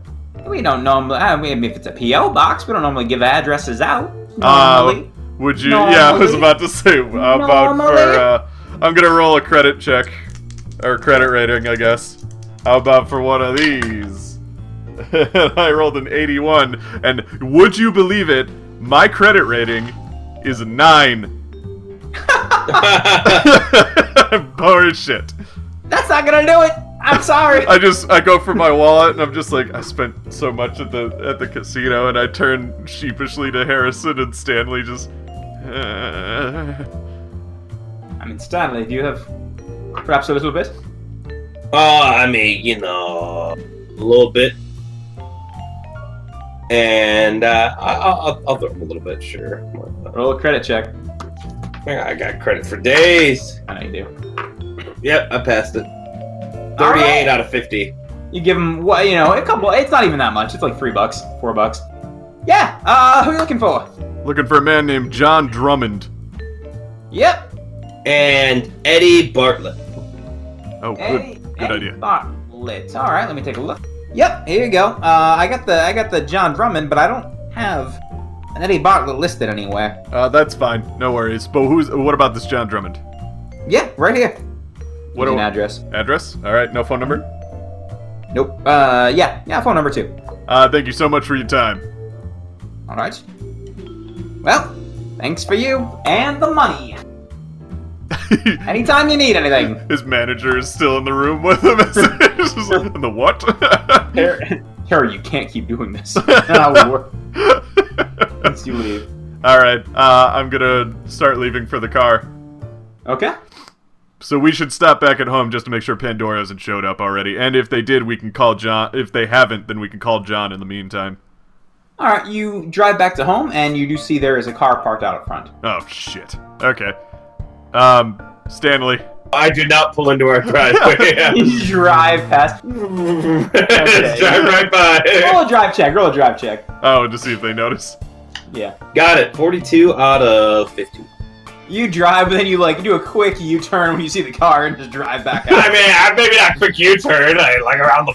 Speaker 1: We don't normally. I mean, if it's a PO box, we don't normally give addresses out.
Speaker 2: Uh,
Speaker 1: Normally.
Speaker 2: Would you? Yeah, I was
Speaker 1: Normally.
Speaker 2: about to say about for.
Speaker 1: Normally.
Speaker 2: Uh, I'm gonna roll a credit check or credit rating, I guess. How about for one of these? [laughs] And I rolled an 81, and would you believe it? My credit rating is nine. [laughs]
Speaker 3: Uh,
Speaker 2: Bullshit.
Speaker 1: That's not gonna do it. I'm
Speaker 2: [laughs]
Speaker 1: sorry.
Speaker 2: I just I go for my wallet and I'm just like I spent so much at the at the casino and I turn sheepishly to Harrison and [laughs] Stanley just.
Speaker 1: I mean, Stanley, do you have perhaps a little bit.
Speaker 3: Uh, I mean, you know, a little bit. And uh, I, I'll, I'll- I'll throw him a little bit, sure. Oh,
Speaker 1: Roll a credit check.
Speaker 3: I got credit for days.
Speaker 1: I know you do.
Speaker 3: Yep, I passed it. 38
Speaker 1: All right.
Speaker 3: out of 50.
Speaker 1: You give him what you know, a couple. It's not even that much. It's like three bucks, four bucks. Yeah. Uh, who are you looking for?
Speaker 2: Looking for a man named John Drummond.
Speaker 1: Yep.
Speaker 3: And Eddie Bartlett.
Speaker 2: Oh, good.
Speaker 1: Hey,
Speaker 2: good
Speaker 1: hey,
Speaker 2: idea.
Speaker 1: Bartlett. All right, let me take a look. Yep. Here you go. Uh, I got the I got the John Drummond, but I don't have an Eddie Bartlett listed anywhere.
Speaker 2: Uh, that's fine. No worries. But who's? What about this John Drummond?
Speaker 1: Yeah, right here.
Speaker 2: What
Speaker 1: an
Speaker 2: do,
Speaker 1: address?
Speaker 2: address? All right. No phone number.
Speaker 1: Nope. Uh, yeah, yeah. Phone number two.
Speaker 2: Uh, thank you so much for your time.
Speaker 1: All right. Well, thanks for you and the money. Anytime you need anything.
Speaker 2: [laughs] His manager is still in the room with him. [laughs] He's just like, the what? [laughs]
Speaker 1: [laughs] Harry, Harry, you can't keep doing this. That would work. Once you leave.
Speaker 2: All right. Uh, I'm gonna start leaving for the car.
Speaker 1: Okay.
Speaker 2: So we should stop back at home just to make sure Pandora hasn't showed up already. And if they did, we can call John. If they haven't, then we can call John in the meantime.
Speaker 1: All right, you drive back to home, and you do see there is a car parked out in
Speaker 2: [laughs]
Speaker 1: front.
Speaker 2: Oh shit. Okay. Um, Stanley.
Speaker 3: I did not pull into our [laughs] driveway.
Speaker 1: you drive past.
Speaker 3: Just [laughs] Drive right by.
Speaker 1: Roll a drive check. Roll a drive check.
Speaker 2: Oh, to see if they notice.
Speaker 1: Yeah.
Speaker 3: Got it. 42 out of 50.
Speaker 1: You drive, but then you like do a quick U-turn when you see the car and just drive back
Speaker 3: [laughs] I
Speaker 1: out.
Speaker 3: mean, I maybe not quick U-turn, like, like around the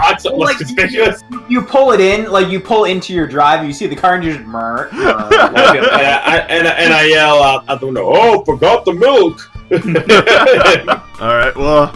Speaker 3: rods that
Speaker 1: Well,
Speaker 3: looks
Speaker 1: like, [laughs]
Speaker 3: conspicuous.
Speaker 1: you pull it in, like you pull into your drive, and you see the car, and you just. Murr, murr, like,
Speaker 3: Oh, And I, and, I- and I yell out, out the window, "Oh, forgot the [laughs] milk!"
Speaker 2: All right. Well,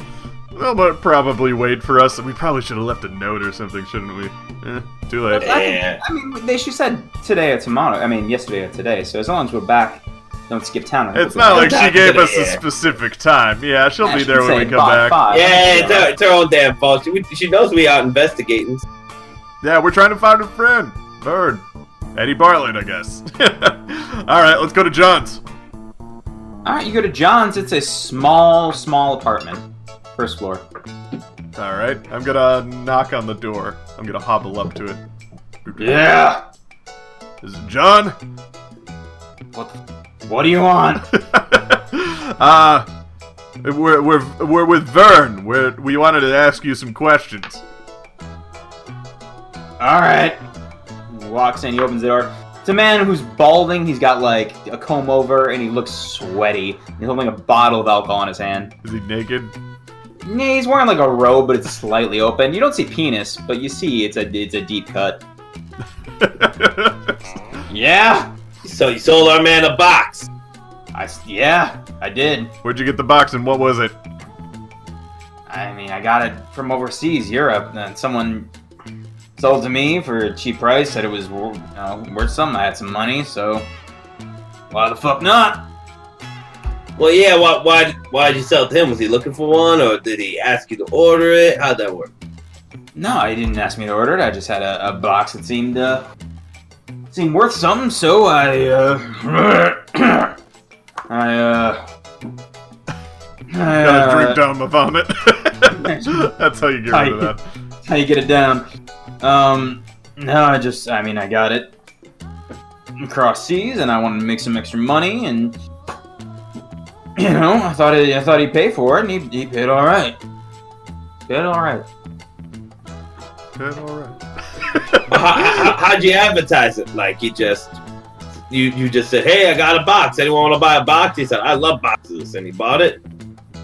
Speaker 2: they'll mo- probably wait for us. We probably should have left a note or something, shouldn't we? Eh, too late.
Speaker 3: Yeah.
Speaker 1: I mean, they, she said today or tomorrow. I mean, yesterday or today. So as long as we're back, don't skip town. I think
Speaker 2: It's
Speaker 1: we'll be
Speaker 2: not
Speaker 1: back.
Speaker 2: like she
Speaker 3: Back
Speaker 2: gave
Speaker 3: to the
Speaker 2: us a
Speaker 3: air.
Speaker 2: specific time. Yeah, she'll
Speaker 1: Yeah,
Speaker 2: be
Speaker 1: she
Speaker 2: there when we
Speaker 1: said
Speaker 2: come
Speaker 1: by
Speaker 2: back.
Speaker 1: five.
Speaker 3: yeah, it's her, it's her own damn fault. She, she knows we out investigating.
Speaker 2: Yeah, we're trying to find a friend. Bird. Eddie Bartlett, I guess. [laughs] All right, let's go to John's.
Speaker 1: All right, you go to John's. It's a small, small apartment, first floor.
Speaker 2: All right, I'm gonna knock on the door. I'm gonna hobble up to it.
Speaker 1: Yeah.
Speaker 2: Is it John?
Speaker 1: What? What do you want?
Speaker 2: [laughs] uh, we're, we're, we're with Vern. We're, we wanted to ask you some questions.
Speaker 1: All right. He walks in. He opens the door. It's a man who's balding. He's got like a comb over, and he looks sweaty. He's holding a bottle of alcohol in his hand.
Speaker 2: Is he naked? [laughs]
Speaker 1: Yeah, he's wearing like a robe, but it's slightly open. You don't see penis, but you see it's a it's a deep cut. Yeah.
Speaker 3: So you sold our man a box.
Speaker 1: I s- yeah I did.
Speaker 2: Where'd you get the box and what was it?
Speaker 1: I mean, I got it from overseas, Europe. And someone sold it to me for a cheap price. Said it was wor- you know, worth something. I had some money, so why the fuck not?
Speaker 3: Well, yeah. Why, why, why did you sell it to him? Was he looking for one, or did he ask you to order it? How'd that work?
Speaker 1: No, he didn't ask me to order it. I just had a, a box that seemed uh, seemed worth something, so I uh, [clears throat] I uh, I,
Speaker 2: Gotta drink
Speaker 1: uh,
Speaker 2: down my vomit. [laughs] That's how you get rid of that.
Speaker 1: how you get it down. Um, no, I just, I mean, I got it across seas, and I wanted to make some extra money, and you know, I thought he, I thought he'd pay for it, and he, he paid all right. Paid all right.
Speaker 2: Good, all right.
Speaker 3: How, how, how'd you advertise it? Like you just, you you just said, "Hey, I got a box. Anyone want to buy a box?" He said, "I love boxes," and he bought it.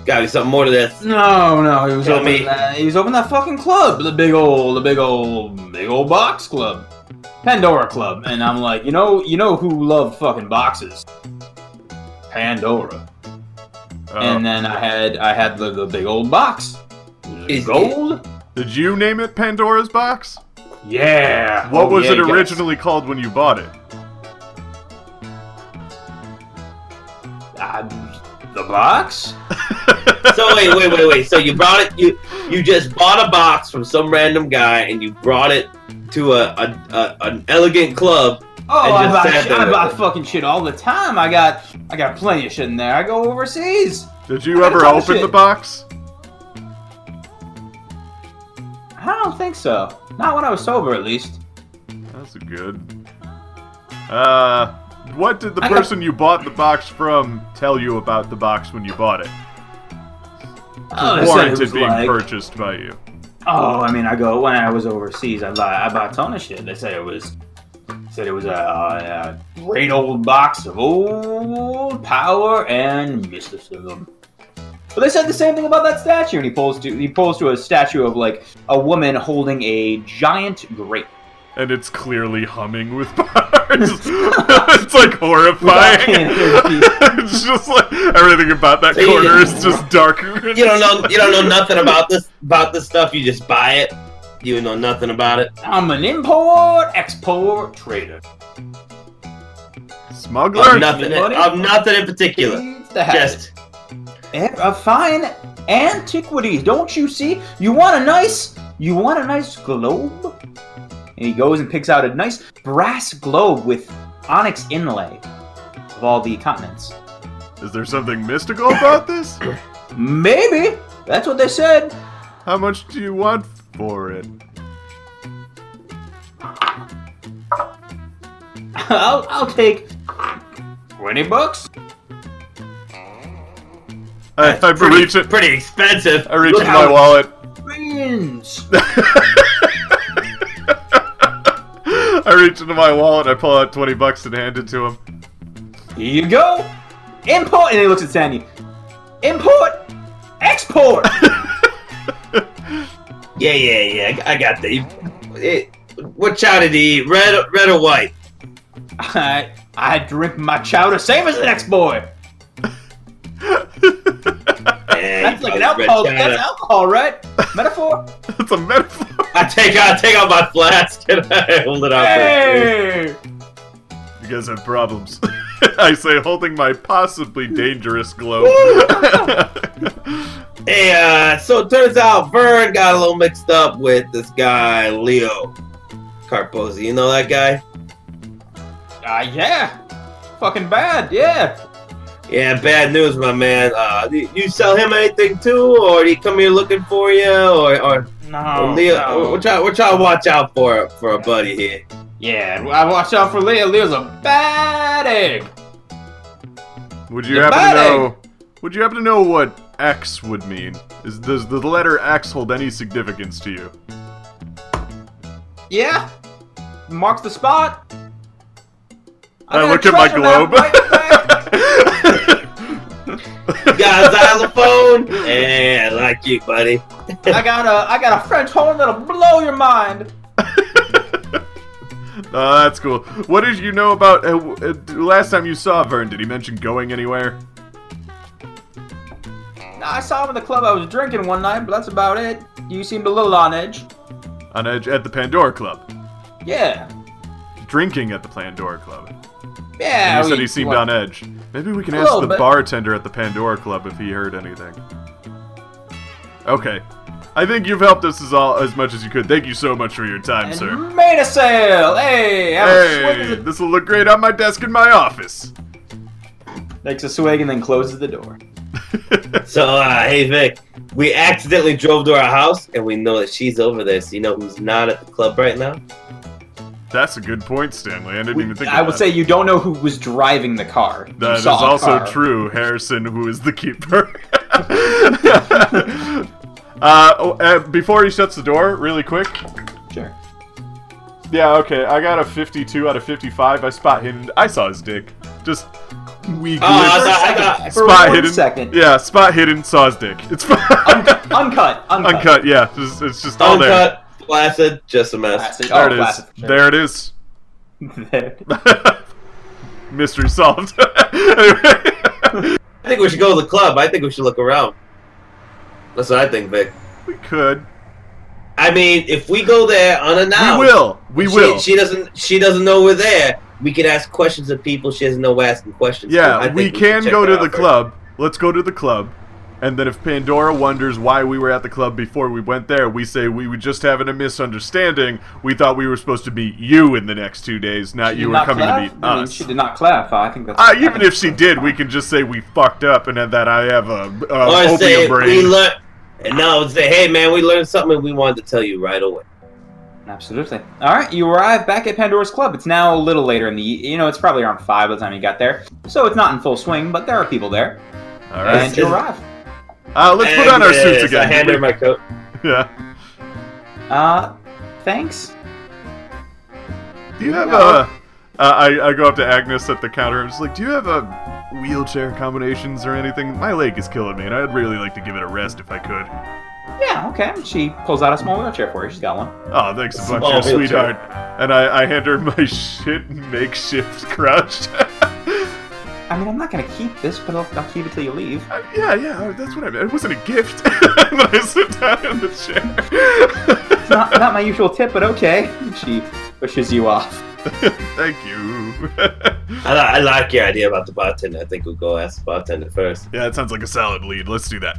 Speaker 3: Got to be something more to this.
Speaker 1: No, no, he was
Speaker 3: Tell
Speaker 1: opening
Speaker 3: me.
Speaker 1: that, he was opening that fucking club, the big old, the big old, big old box club, Pandora Club, and I'm like, you know, you know who loved fucking boxes? Pandora.
Speaker 3: Oh.
Speaker 2: Uh,
Speaker 1: and then I had I had the, the big old box.
Speaker 3: Is
Speaker 1: gold?
Speaker 2: did you name it Pandora's Box?
Speaker 1: Yeah.
Speaker 2: What
Speaker 1: Oh,
Speaker 2: was
Speaker 1: yeah,
Speaker 2: it
Speaker 1: you got
Speaker 2: originally called when you bought it?
Speaker 1: Uh, the box?
Speaker 3: So wait, wait, wait, wait. So you brought it. You you just bought a box from some random guy, and you brought it to a, a, a an elegant club.
Speaker 1: Oh,
Speaker 3: I
Speaker 1: I
Speaker 3: just
Speaker 1: buy,
Speaker 3: said
Speaker 1: shit, I
Speaker 3: that.
Speaker 1: buy fucking shit all the time. I got I got plenty of shit in there. I go overseas.
Speaker 2: Did you ever
Speaker 1: Holy
Speaker 2: open
Speaker 1: shit.
Speaker 2: the box?
Speaker 1: I don't think so. Not when I was sober, at least.
Speaker 2: That's good. Uh, what did the
Speaker 1: I got-
Speaker 2: person you bought the box from tell you about the box when you bought it?
Speaker 1: Oh, they said it
Speaker 2: Warranted
Speaker 1: was
Speaker 2: being
Speaker 1: like,
Speaker 2: purchased by you.
Speaker 1: oh, I mean, I go when I was overseas, I bought I bought a ton of shit. They said it was said it was a, a, a great old box of old power and mysticism. But they said the same thing about that statue, and he pulls to he pulls to a statue of like a woman holding a giant grape.
Speaker 2: And it's clearly humming with [laughs] parts. it's like horrifying. [laughs] it's just like everything about that
Speaker 3: So you
Speaker 2: corner is
Speaker 3: just-
Speaker 2: just dark.
Speaker 3: [laughs] You don't know. You don't know nothing about this about this stuff. You just buy it. You know nothing about it.
Speaker 1: I'm an import export trader.
Speaker 3: Of
Speaker 2: Smuggler?
Speaker 3: nothing.
Speaker 1: Money?
Speaker 3: Of nothing in particular.
Speaker 1: Leave the house.
Speaker 3: Just
Speaker 1: Eh, A fine antiquity, don't you see? You want a nice, you want a nice globe? And he goes and picks out a nice brass globe with onyx inlay of all the continents.
Speaker 2: Is there something mystical about this?
Speaker 1: Maybe that's what they said. [laughs]
Speaker 2: How much do you want for it?
Speaker 1: I'll, I'll take twenty bucks.
Speaker 2: I, I
Speaker 3: pretty,
Speaker 2: reach it.
Speaker 3: pretty expensive.
Speaker 2: I reach
Speaker 1: Look
Speaker 2: in
Speaker 1: how
Speaker 2: my
Speaker 1: it-
Speaker 2: wallet. [laughs]
Speaker 1: Beans.
Speaker 2: I reach into my wallet. I pull out twenty bucks and hand it to him. [laughs]
Speaker 1: Here you go. Import, and he looks at Sandy. Import, export. [laughs]
Speaker 3: Yeah, yeah, yeah. I I got the. It, what chowder do you eat? Red, red or
Speaker 1: [laughs]
Speaker 3: white?
Speaker 1: I, I drink my chowder same as the next boy.
Speaker 3: Eh,
Speaker 1: That's
Speaker 3: you
Speaker 1: like an
Speaker 3: probably
Speaker 1: alcohol.
Speaker 3: red chowder.
Speaker 1: That's alcohol, right?
Speaker 2: [laughs]
Speaker 1: Metaphor.
Speaker 2: That's a metaphor.
Speaker 3: I take out, I take out my flask [laughs] and I hold it out. for you.
Speaker 1: Hey!
Speaker 2: You guys have problems. [laughs] I say, holding my possibly dangerous globe.
Speaker 3: Hey, uh, so it turns out Vern got a little mixed up with this guy Leo Carposi. You know that guy?
Speaker 1: Ah, yeah. Fucking bad, yeah.
Speaker 3: Yeah, bad news, my man. Uh, you you sell him anything too, or he come here looking for you, or or,
Speaker 1: No.
Speaker 3: or Leo?
Speaker 1: Oh, no.
Speaker 3: We're trying, we're trying to watch out for for a buddy here.
Speaker 1: Yeah, I watch out for Leo. Leo's a bad egg.
Speaker 2: [laughs] would you
Speaker 1: You're
Speaker 2: happen to
Speaker 1: mad, eh?
Speaker 2: know? Would you happen to know what X would mean? Is does the letter X hold any significance to you?
Speaker 1: Yeah. Marks the spot.
Speaker 2: I,
Speaker 1: got a
Speaker 2: Uh, look at my
Speaker 1: treasure map
Speaker 2: globe. [laughs]
Speaker 1: right back.
Speaker 3: You got a xylophone? Yeah, I like you, buddy.
Speaker 1: I got a I got a French horn that'll blow your mind.
Speaker 2: [laughs] Uh, that's cool. What did you know about uh, w- uh, d- last time you saw Vern? Did he mention going anywhere?
Speaker 1: I saw him in the club I was drinking one night, but that's about it. You seemed a little on edge.
Speaker 2: On edge at the Pandora Club,
Speaker 1: Yeah.
Speaker 2: drinking at the Pandora Club.
Speaker 1: Yeah.
Speaker 2: And you said
Speaker 1: we-
Speaker 2: he seemed
Speaker 1: well,
Speaker 2: on edge. Maybe we can
Speaker 1: A
Speaker 2: ask
Speaker 1: little
Speaker 2: the
Speaker 1: bit.
Speaker 2: bartender at the Pandora Club if he heard anything. Okay, I think you've helped us as all as much as you could. Thank you so much for your time,
Speaker 1: and
Speaker 2: sir.
Speaker 1: Made a sale. Hey, have a swig
Speaker 2: Hey,
Speaker 1: of the-
Speaker 2: this will look great on my desk in my office. [laughs]
Speaker 1: takes a swig and then closes the door.
Speaker 3: So, uh, hey Vic, we accidentally drove to our house, and we know that she's over there. So you know who's not at the club right now?
Speaker 2: That's a good point, Stanley. I didn't even think.
Speaker 1: I
Speaker 2: of
Speaker 1: would
Speaker 2: that.
Speaker 1: say you don't know who was driving the car. You
Speaker 2: That is
Speaker 1: saw a
Speaker 2: also
Speaker 1: car.
Speaker 2: true, Harrison, who is the keeper. [laughs] uh, oh, uh, before he shuts the door, really quick.
Speaker 1: Sure.
Speaker 2: Yeah, okay. I got a 52 out of 55. I spot hidden. I saw his dick. Just weak.
Speaker 3: Oh,
Speaker 1: For a
Speaker 3: I thought- I
Speaker 1: second-
Speaker 3: thought-
Speaker 1: for
Speaker 2: spot
Speaker 1: one
Speaker 2: hidden.
Speaker 1: second.
Speaker 2: Yeah, spot hidden. Saw his dick. It's fine.
Speaker 1: Uncut, uncut, uncut.
Speaker 2: [laughs] Uncut. Yeah, it's, it's just all there.
Speaker 3: Uncut, flaccid, just a mess.
Speaker 1: Classic.
Speaker 2: There
Speaker 1: oh,
Speaker 2: it is.
Speaker 1: classic.
Speaker 2: There it is. [laughs]
Speaker 1: There.
Speaker 2: Mystery solved. [laughs] Anyway. [laughs]
Speaker 3: I think we should go to the club. I think we should look around. That's what I think, Vic.
Speaker 2: we could.
Speaker 3: I mean, if we go there unannounced,
Speaker 2: we will. We
Speaker 3: she,
Speaker 2: will.
Speaker 3: She doesn't. She doesn't know we're there. We could ask questions of people. She doesn't know we're asking questions. So I
Speaker 2: Yeah,
Speaker 3: think
Speaker 2: we
Speaker 3: should
Speaker 2: can
Speaker 3: check
Speaker 2: go
Speaker 3: her
Speaker 2: to
Speaker 3: out
Speaker 2: the
Speaker 3: first.
Speaker 2: club. Let's go to the club. And then if Pandora wonders why we were at the club before we went there, we say we were just having a misunderstanding. We thought we were supposed to meet you in the next two days, not
Speaker 1: She did
Speaker 2: you were
Speaker 1: not
Speaker 2: coming
Speaker 1: clarify-
Speaker 2: to meet
Speaker 1: I mean,
Speaker 2: us.
Speaker 1: she did not clarify. I think that's.
Speaker 2: Uh,
Speaker 1: I
Speaker 2: even
Speaker 1: think
Speaker 2: if she
Speaker 1: that's
Speaker 2: did,
Speaker 1: fine.
Speaker 2: we can just say we fucked up and that I have a,
Speaker 3: or
Speaker 2: a
Speaker 3: say
Speaker 2: opium
Speaker 3: we
Speaker 2: brain.
Speaker 3: learn, and now I would say, hey man, we learned something we wanted to tell you right away.
Speaker 1: Absolutely. All right, you arrive back at Pandora's Club. It's now a little later in the. You know, it's probably around five by the time you got there, so it's not in full swing. But there are people there,
Speaker 2: All right,
Speaker 1: and you arrive.
Speaker 2: uh, let's put
Speaker 3: And
Speaker 2: on our suits
Speaker 3: yes, I
Speaker 2: again.
Speaker 3: hand her my coat.
Speaker 2: [laughs] yeah.
Speaker 1: Uh, thanks.
Speaker 2: Do you have
Speaker 1: No.
Speaker 2: a? Uh, I I go up to Agnes at the counter. and just like, do you have a wheelchair combinations or anything? My leg is killing me, and I'd really like to give it a rest if I could.
Speaker 1: Yeah. Okay. She pulls out a small wheelchair for you. She's got one.
Speaker 2: Oh, thanks a
Speaker 3: Small
Speaker 2: bunch, your
Speaker 3: wheelchair.
Speaker 2: sweetheart. And I, I hand her [laughs] my shit makeshift crouch.
Speaker 1: I mean, I'm not gonna keep this, but I'll, I'll keep it till you leave.
Speaker 2: Uh, [laughs] yeah, yeah, that's what I meant. It wasn't a gift. [laughs] and then I sit down in the chair. [laughs]
Speaker 1: It's not not my usual tip, but okay. [laughs] She pushes you
Speaker 2: [laughs]
Speaker 1: off.
Speaker 2: Thank you. [laughs]
Speaker 3: I, li- I like your idea about the bartender. I think we'll go ask the bartender first.
Speaker 2: yeah, that sounds like a solid lead. Let's do that.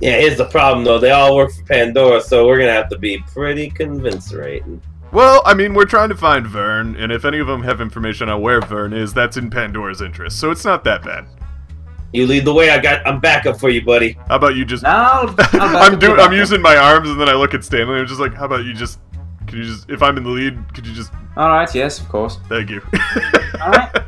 Speaker 3: Yeah, here's the problem though. They all work for Pandora, so we're gonna have to be pretty convincing.
Speaker 2: Well, I mean, we're trying to find Vern, and if any of them have information on where Vern is, that's in Pandora's interest, so it's not that bad.
Speaker 3: You lead the way. I got. I'm backup for you, buddy.
Speaker 2: How about you [laughs] just?
Speaker 1: No, I'll- I'll
Speaker 2: I'm doing. I'm
Speaker 1: back-
Speaker 2: using my arms, and then I look at Stanley. and I'm just like, how about you just? Could you just? If I'm in the lead, could you just?
Speaker 1: All right. Yes, of course.
Speaker 2: Thank you. [laughs]
Speaker 1: All right. All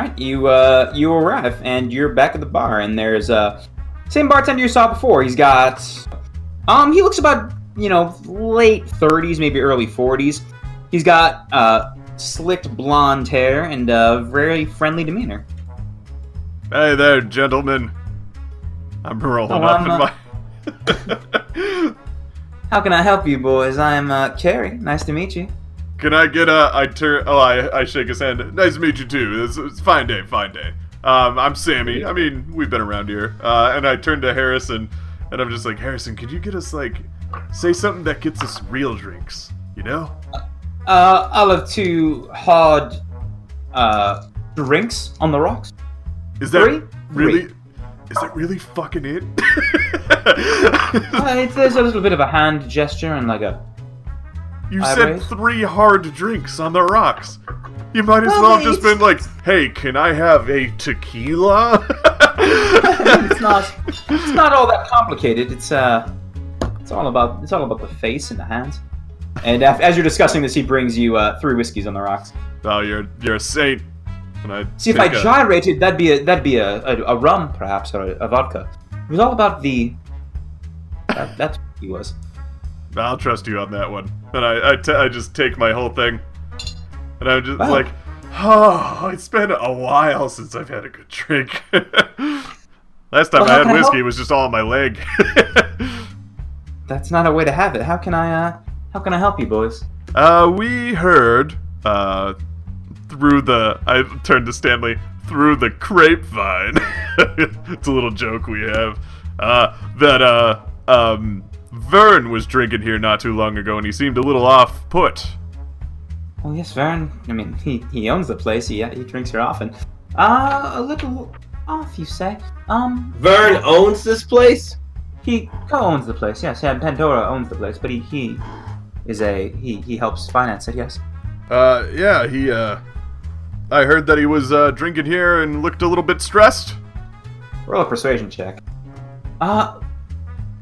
Speaker 1: right, you uh, you arrive and you're back at the bar, and there's uh, same bartender you saw before. He's got, um, he looks about you know late 30s, maybe early 40s. He's got uh, slicked blonde hair and a very friendly demeanor.
Speaker 2: Hey there, gentlemen. I'm rolling
Speaker 1: Oh,
Speaker 2: up
Speaker 1: I'm
Speaker 2: in my. [laughs]
Speaker 1: How can I help you, boys? I'm uh, Carrie. Nice to meet you.
Speaker 2: Can I get a? I turn. Oh, I, I shake his hand. Nice to meet you too. It's, it's a fine day, fine day. Um, I'm Sammy. I mean, we've been around here. Uh, and I turn to Harrison, and I'm just like, Harrison, could you get us like, say something that gets us real drinks? You know?
Speaker 1: Uh, I'll have two hard uh, drinks on the rocks.
Speaker 2: Is that
Speaker 1: Three?
Speaker 2: really? Is that really fucking it? [laughs]
Speaker 1: Uh, it's, there's a little bit of a hand gesture and like a [laughs]
Speaker 2: you
Speaker 1: I
Speaker 2: said
Speaker 1: raised-
Speaker 2: three hard drinks on the rocks. You might as
Speaker 1: Well,
Speaker 2: well have
Speaker 1: they-
Speaker 2: just been like, hey, can I have a tequila? [laughs]
Speaker 1: [laughs] it's not it's not all that complicated. It's uh it's all about it's all about the face and the hands. And af- as you're discussing this, he brings you uh, three whiskeys on the rocks.
Speaker 2: Oh, you're you're a saint. And I
Speaker 1: See, if I
Speaker 2: take a-
Speaker 1: gyrated, that'd be a that'd be a, a, a rum perhaps or a, a vodka. It was all about the. That, that's what he was.
Speaker 2: I'll trust you on that one. And I I, t- I just take my whole thing, and I'm just
Speaker 1: Wow.
Speaker 2: like, oh, it's been a while since I've had a good drink. [laughs] Last time
Speaker 1: Well, how
Speaker 2: I
Speaker 1: can I
Speaker 2: had whiskey,
Speaker 1: help?
Speaker 2: it was just all on my leg. [laughs]
Speaker 1: That's not a way to have it. How can I uh how can I help you, boys?
Speaker 2: uh, we heard uh, through the I turned to Stanley through the grapevine. [laughs] it's a little joke we have uh, that uh, um, Vern was drinking here not too long ago, and he seemed a little off put.
Speaker 1: Well, yes, Vern. I mean, he, he owns the place. He, he drinks here often. Uh, a little off, you say? Um,
Speaker 3: Vern owns this place.
Speaker 1: He co-owns the place, yes. Yeah, Pandora owns the place, but he, he is a he he helps finance it, yes.
Speaker 2: Uh, yeah, he, uh, I heard that he was, uh, drinking here and looked a little bit stressed.
Speaker 1: Roll a persuasion check. Uh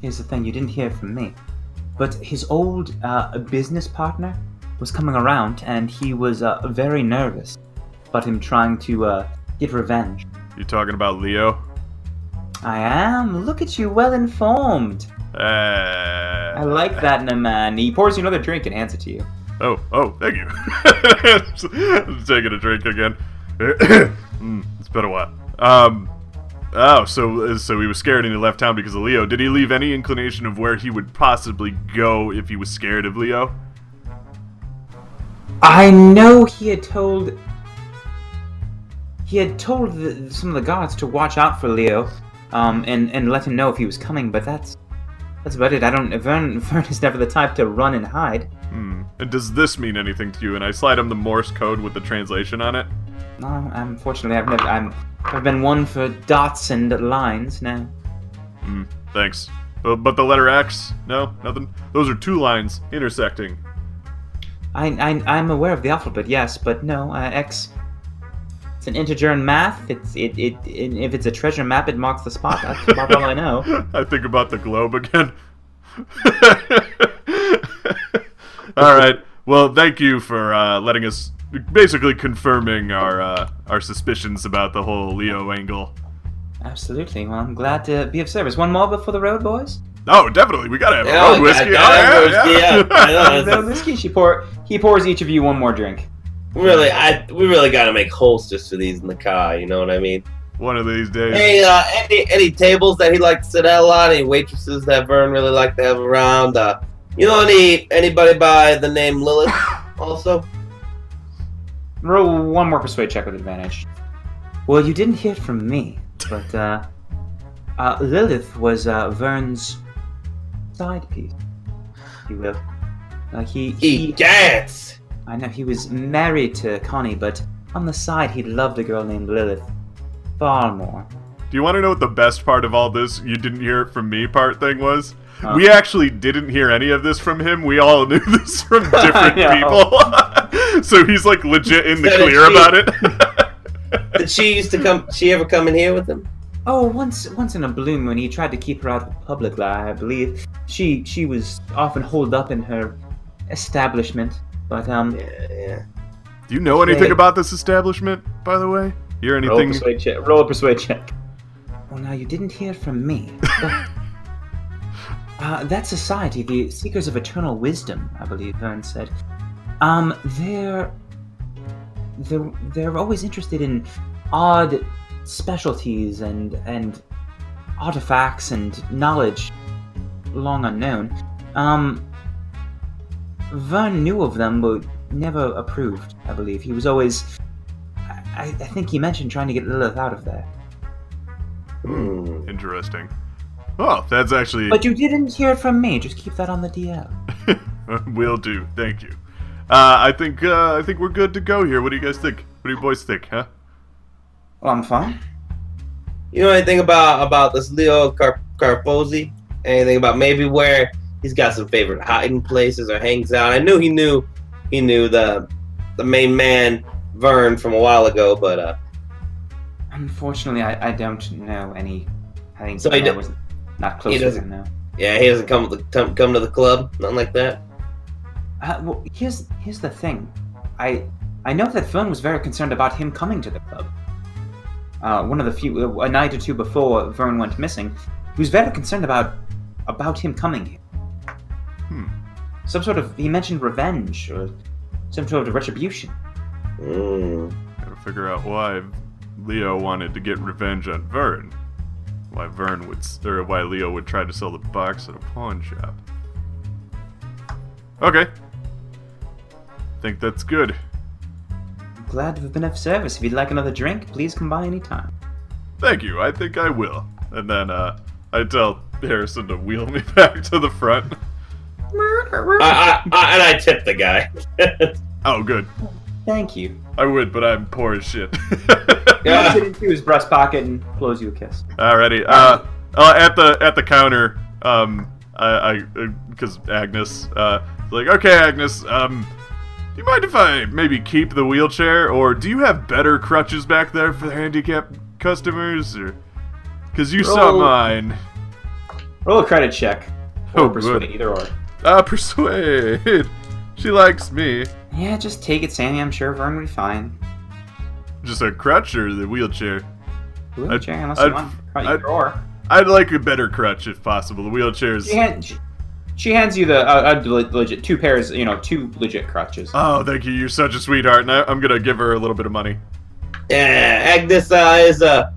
Speaker 1: here's the thing, you didn't hear from me. But his old uh, business partner was coming around and he was uh, very nervous about him trying to uh, get revenge.
Speaker 2: You talking about Leo?
Speaker 1: I am. Look at you, well informed. I
Speaker 2: Uh,
Speaker 1: like that in a man. He pours you another drink and hands it to you.
Speaker 2: oh, oh, thank you. [laughs] I'm taking a drink again. [clears throat] Mm, it's been a while. Um, oh, so, so he was scared and he left town because of Leo. Did he leave any inclination of where he would possibly go if he was scared of Leo?
Speaker 1: I know he had told he had told the, some of the guards to watch out for Leo, um, and and let him know if he was coming. But that's that's about it. I don't. Vern, [laughs] Vern is never the type to run and hide.
Speaker 2: Hmm. And does this mean anything to you? And I slide him the Morse code with the translation on it.
Speaker 1: No, unfortunately, I've never. I'm, I've been one for dots and lines now.
Speaker 2: Thanks. But, but the letter X? No, nothing. Those are two lines intersecting.
Speaker 1: I, I, I'm aware of the alphabet, yes, but no, uh, X. It's an integer in math. It's it, it, it if it's a treasure map, it marks the spot. That's about
Speaker 2: [laughs]
Speaker 1: all I know.
Speaker 2: I think about the globe again. [laughs] All right. Well, thank you for uh, letting us basically confirming our uh, our suspicions about the whole Leo angle.
Speaker 1: Absolutely. Well, I'm glad to be of service. One more before the road, boys.
Speaker 2: Oh, definitely. We gotta have
Speaker 3: Yeah,
Speaker 2: road
Speaker 3: I
Speaker 2: whiskey.
Speaker 3: gotta
Speaker 2: Oh,
Speaker 3: have road whiskey, yeah. I know.
Speaker 2: Uh,
Speaker 1: Road whiskey. She pour. He pours each of you one more drink.
Speaker 3: Really, I we really got to make holsters for these in the car. You know what I mean?
Speaker 2: [laughs] One of these days.
Speaker 3: Hey, uh, any any tables that he likes to sit at a lot? Any waitresses that Vern really like to have around? Uh, you know any anybody by the name [laughs] Lilith? Also,
Speaker 1: Roll one more persuade check with advantage. Well, you didn't hear it from me, but uh, uh, Lilith was uh, Vern's side piece, if you will. Uh, he,
Speaker 3: he
Speaker 1: he,
Speaker 3: gets.
Speaker 1: I know he was married to Connie, but on the side he loved a girl named Lilith far more.
Speaker 2: Do you want to know what the best part of all this you didn't hear it from me part thing was?
Speaker 1: Huh.
Speaker 2: We actually didn't hear any of this from him. We all knew [laughs] this from different
Speaker 1: I
Speaker 2: people. [laughs] so he's like legit in the
Speaker 3: Said it
Speaker 2: clear
Speaker 3: cheap.
Speaker 2: about it. [laughs]
Speaker 3: [laughs] Did she used to come? She ever come in here with him?
Speaker 1: Oh, once once in a blue moon, he tried to keep her out of the public eye, I believe. She she was often holed up in her establishment, but um.
Speaker 3: Yeah, yeah.
Speaker 2: Do you know anything
Speaker 1: Hey.
Speaker 2: about this establishment, by the way? You're
Speaker 1: Roll a
Speaker 2: anything?
Speaker 1: persuade check. Roll a persuade check. Well, Oh, now you didn't hear from me. [laughs] but- uh, that society, the Seekers of Eternal Wisdom, I believe Vern said. Um, they're they're they're always interested in odd specialties and and artifacts and knowledge long unknown. Um, Vern knew of them, but never approved. I believe he was always I, I think he mentioned trying to get Lilith out of there.
Speaker 3: Hmm.
Speaker 2: Interesting. Oh, that's actually
Speaker 1: But you didn't hear it from me. Just keep that on the DL.
Speaker 2: [laughs] will do. Thank you. Uh, I think uh, I think we're good to go here. What do you guys think? What do you boys think? Huh?
Speaker 1: Well, I'm fine.
Speaker 3: You know anything about about this Leo Car- Carposi? Anything about maybe where he's got some favorite hiding places or hangs out? I knew he knew he knew the the main man Vern from a while ago, but uh,
Speaker 1: Unfortunately, I, I don't know any. I think
Speaker 3: So he
Speaker 1: I
Speaker 3: do-
Speaker 1: was not close
Speaker 3: he
Speaker 1: with
Speaker 3: doesn't-
Speaker 1: him now.
Speaker 3: yeah, he doesn't come to come, come to the club, nothing like that.
Speaker 1: Uh, well, here's here's the thing. I I know that Vern was very concerned about him coming to the club. Uh, one of the few, a night or two before Vern went missing, he was very concerned about about him coming here.
Speaker 2: Hmm.
Speaker 1: Some sort of he mentioned revenge or some sort of retribution.
Speaker 3: Mm.
Speaker 2: Gotta figure out why Leo wanted to get revenge on Vern. Why Vern would, or why Leo would try to sell the box at a pawn shop. Okay. Think that's good.
Speaker 1: I'm glad to have been of service. If you'd like another drink, please come by anytime.
Speaker 2: Thank you. I think I will. And then uh, I tell Harrison to wheel me [laughs] back to the front.
Speaker 3: I, I, I, and I tipped the guy. [laughs]
Speaker 2: Oh, good.
Speaker 1: Thank you.
Speaker 2: I would, but I'm poor as shit. [laughs]
Speaker 3: Yeah.
Speaker 1: He puts it into his breast pocket and blows you a kiss.
Speaker 2: Alrighty. Uh, uh, at the at the counter, um, I, I, because Agnes, uh, is like, okay, Agnes, um, do you mind if I maybe keep the wheelchair, or do you have better crutches back there for the handicapped customers, or, because you saw
Speaker 1: Roll.
Speaker 2: mine.
Speaker 1: Roll a credit check.
Speaker 2: Oh,
Speaker 1: or persuade,
Speaker 2: good.
Speaker 1: either or.
Speaker 2: Uh, persuade. She likes me.
Speaker 1: Yeah, just take it, Sammy. I'm sure Vern will be fine.
Speaker 2: Just a crutch or the wheelchair.
Speaker 1: Wheelchair, unless
Speaker 2: I'd-
Speaker 1: you want.
Speaker 2: I'd-
Speaker 1: Probably drawer.
Speaker 2: I'd like a better crutch if possible. The wheelchair's.
Speaker 1: She, hand, she, she hands you the uh, uh, le- legit two pairs, you know, two legit crutches.
Speaker 2: Oh, thank you. You're such a sweetheart, and I, I'm gonna give her a little bit of money.
Speaker 3: Yeah, Agnes uh, is uh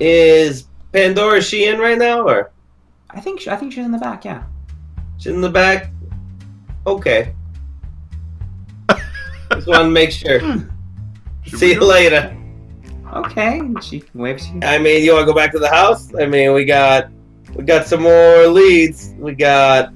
Speaker 3: is Pandora she in right now or
Speaker 1: I think she, I think she's in the back. Yeah.
Speaker 3: she's in the back? Okay. Just want to make sure.
Speaker 2: Should
Speaker 3: See
Speaker 2: we
Speaker 3: you
Speaker 2: go?
Speaker 3: later.
Speaker 1: Okay. and She waves you.
Speaker 3: I mean, you want to go back to the house? I mean, we got we got some more leads. We got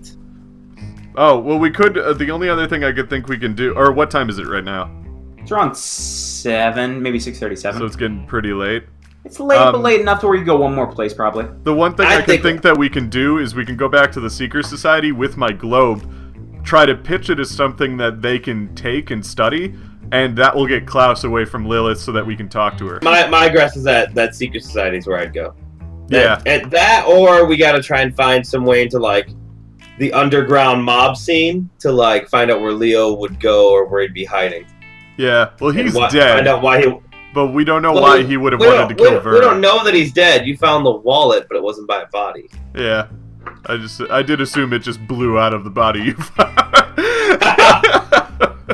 Speaker 2: Oh well, we could. Uh, the only other thing I could think we can do, or what time is it right now?
Speaker 1: It's around seven, maybe six thirty-seven.
Speaker 2: So it's getting pretty late.
Speaker 1: it's late,
Speaker 2: um,
Speaker 1: but late enough to where you go one more place probably.
Speaker 2: The one thing I,
Speaker 3: I
Speaker 2: can think,
Speaker 3: think-
Speaker 2: that we can do is we can go back to the Seeker Society with my globe, try to pitch it as something that they can take and study, and that will get Klaus away from Lilith so that we can talk to her.
Speaker 3: My my guess is that that secret society is where I'd go.
Speaker 2: yeah.
Speaker 3: That, At that, or we got to try and find some way into like the underground mob scene to like find out where Leo would go or where he'd be hiding.
Speaker 2: Yeah. Well,
Speaker 3: And
Speaker 2: he's
Speaker 3: why- Find
Speaker 2: dead,
Speaker 3: out why he.
Speaker 2: but we don't know
Speaker 3: Well,
Speaker 2: why he would have
Speaker 3: We
Speaker 2: wanted
Speaker 3: don't,
Speaker 2: to
Speaker 3: we
Speaker 2: kill
Speaker 3: don't- we don't
Speaker 2: Verna.
Speaker 3: know that he's dead. You found the wallet, but it wasn't by a body.
Speaker 2: Yeah. I just I did assume it just blew out of the body you [laughs]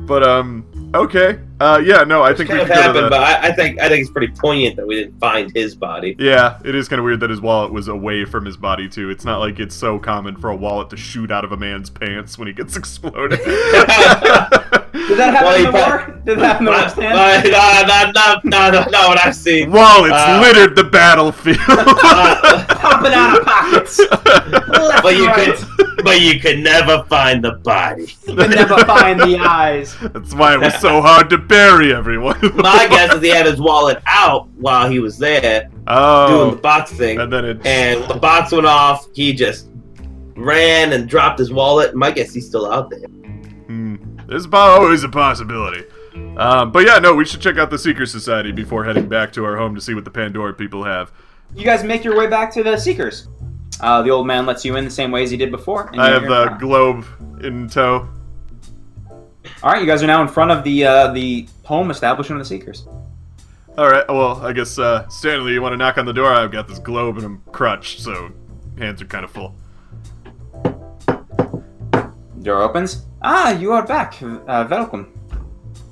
Speaker 2: But um okay. Uh yeah, no, I think we can
Speaker 3: kind of
Speaker 2: go to
Speaker 3: happened,
Speaker 2: that.
Speaker 3: but I, I think I think it's pretty poignant that we didn't find his body.
Speaker 2: Yeah, it is kind of weird that his wallet was away from his body too. It's not like it's so common for a wallet to shoot out of a man's pants when he gets [laughs] exploded.
Speaker 1: Did that happen
Speaker 3: Well,
Speaker 1: in
Speaker 3: he
Speaker 1: the
Speaker 3: prob-
Speaker 1: war? Did that happen in the war,
Speaker 3: But-
Speaker 1: Stan? [laughs]
Speaker 3: but- [laughs] no, no, no, no, no, not what I've seen.
Speaker 2: Wallets
Speaker 3: Uh,
Speaker 2: littered the battlefield.
Speaker 3: [laughs] Uh,
Speaker 1: Popping out of
Speaker 2: [laughs]
Speaker 1: pockets. Left
Speaker 3: but
Speaker 1: and
Speaker 3: you
Speaker 1: right.
Speaker 3: could, but you could never find the body. [laughs]
Speaker 1: You
Speaker 2: [laughs]
Speaker 1: never find the eyes.
Speaker 2: That's why it was so hard to bury everyone.
Speaker 3: My guess is he had his wallet out while he was there doing the
Speaker 2: oh,
Speaker 3: box thing,
Speaker 2: and then it.
Speaker 3: and when the box went off. He just ran and dropped his wallet. My guess he's still out there.
Speaker 2: Hmm. There's po- always a possibility. Um, but yeah, no, we should check out the Seeker Society before heading back to our home to see what the Pandora people have.
Speaker 1: You guys make your way back to the Seekers. Uh, the old man lets you in the same way as he did before. and
Speaker 2: I
Speaker 1: you're
Speaker 2: have
Speaker 1: in
Speaker 2: the
Speaker 1: front.
Speaker 2: globe in tow.
Speaker 1: All right, you guys are now in front of the uh, the home establishment of the Seekers.
Speaker 2: All right. Well, I guess uh, Stanley, you want to knock on the door? I've got this globe and I'm crutched, so hands are kind of full.
Speaker 1: Door opens. Ah, you are back. Uh, welcome.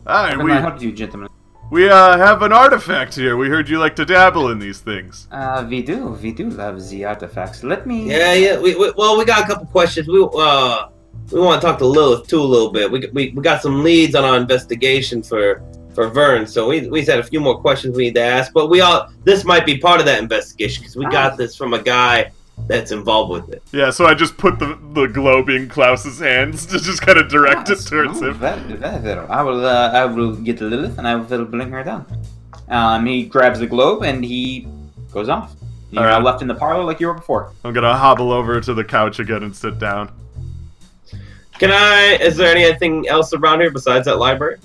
Speaker 2: All
Speaker 1: How
Speaker 2: right,
Speaker 1: can I
Speaker 2: we
Speaker 1: help you, gentlemen?
Speaker 2: we uh, have an artifact here. We heard you like to dabble in these things.
Speaker 1: Uh, we do, we do love the artifacts. Let me.
Speaker 3: Yeah, yeah. We, we, well, we got a couple questions. We uh, we want to talk to Lilith too a little bit. We, we, we got some leads on our investigation for for Vern, so we we just had a few more questions we need to ask. But we all this might be part of that investigation because we got this from a guy that's involved with it.
Speaker 2: Yeah. So I just put the the globe in Klaus's hands [laughs] to just kind of direct it
Speaker 1: Yes,
Speaker 2: towards
Speaker 1: no,
Speaker 2: him.
Speaker 1: very- very well. I will. Uh, I will get Lilith and I will bring her down. Um, he grabs the globe and he goes off. You're
Speaker 2: All right.
Speaker 1: now left in the parlor like you were before.
Speaker 2: I'm gonna hobble over to the couch again and sit down.
Speaker 3: Can I? Is there anything else around here besides that library?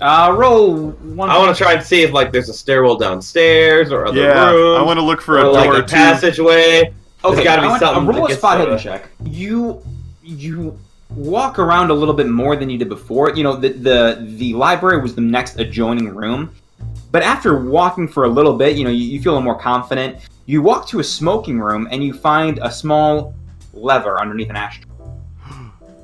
Speaker 1: Uh, roll one.
Speaker 3: I want to try and see if like there's a stairwell downstairs or other
Speaker 2: yeah,
Speaker 3: rooms.
Speaker 2: I want to look for a
Speaker 3: or
Speaker 2: door
Speaker 3: like a
Speaker 2: to.
Speaker 3: passageway. There's gotta be
Speaker 1: I want-
Speaker 3: something
Speaker 1: uh, Roll
Speaker 3: that
Speaker 1: a
Speaker 3: gets
Speaker 1: spot
Speaker 3: to
Speaker 1: hidden
Speaker 3: the-
Speaker 1: check. You you walk around a little bit more than you did before. You know the the the library was the next adjoining room, but after walking for a little bit, you know you, you feel a little more confident. You walk to a smoking room and you find a small lever underneath an ashtray.
Speaker 2: [gasps]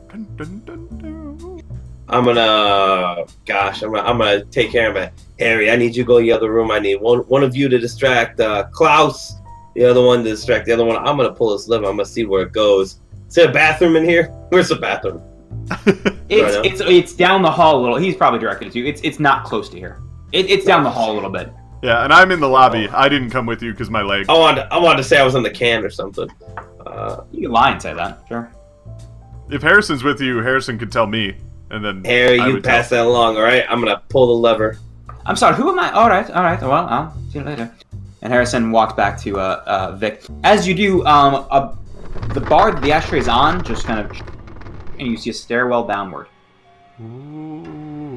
Speaker 2: Dun, dun, dun, dun.
Speaker 3: I'm gonna, gosh, I'm gonna, I'm gonna take care of it. Harry, I need you to go to the other room. I need one, one of you to distract uh, Klaus, the other one to distract the other one. I'm gonna pull this lever. I'm gonna see where it goes. Is there a bathroom in here? [laughs] Where's the bathroom?
Speaker 1: It's
Speaker 3: Righto.
Speaker 1: it's it's down the hall a little. He's probably directed it to you. It's it's not close to here. It, it's down the hall a little bit.
Speaker 2: Yeah, and I'm in the lobby. I didn't come with you because my leg.
Speaker 3: I wanted, I wanted to say I was on the can or something. Uh,
Speaker 1: You can lie and say that. Sure.
Speaker 2: If Harrison's with you, Harrison could tell me, and then
Speaker 3: Harry,
Speaker 2: I
Speaker 3: you
Speaker 2: would tell.
Speaker 3: pass that along, all right? I'm gonna pull the lever.
Speaker 1: I'm sorry, who am I? All right, all right. Well, I'll see you later. And Harrison walks back to uh, uh, Vic. As you do, um, a, the bar that the ashtray is on just kind of, and you see a stairwell downward.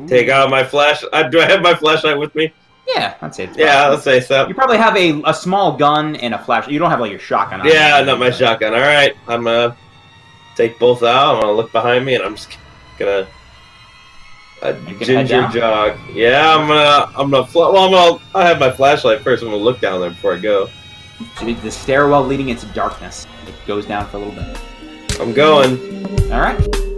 Speaker 3: Take out my flash. I, do I have my flashlight with me?
Speaker 1: Yeah, that's it.
Speaker 3: Yeah, let's say so.
Speaker 1: You probably have a, a small gun and a flash. You don't have like your shotgun. On
Speaker 3: Yeah, not my shotgun. All right, I'm gonna take both out. I'm gonna look behind me, and I'm just gonna a
Speaker 1: You can head
Speaker 3: ginger
Speaker 1: down?
Speaker 3: jog. Yeah, I'm gonna, I'm gonna. Fl- well, I'm gonna. I have my flashlight first. I'm gonna look down there before I go.
Speaker 1: So the- the stairwell leading into darkness. It goes down for a little bit.
Speaker 3: I'm going.
Speaker 1: All right.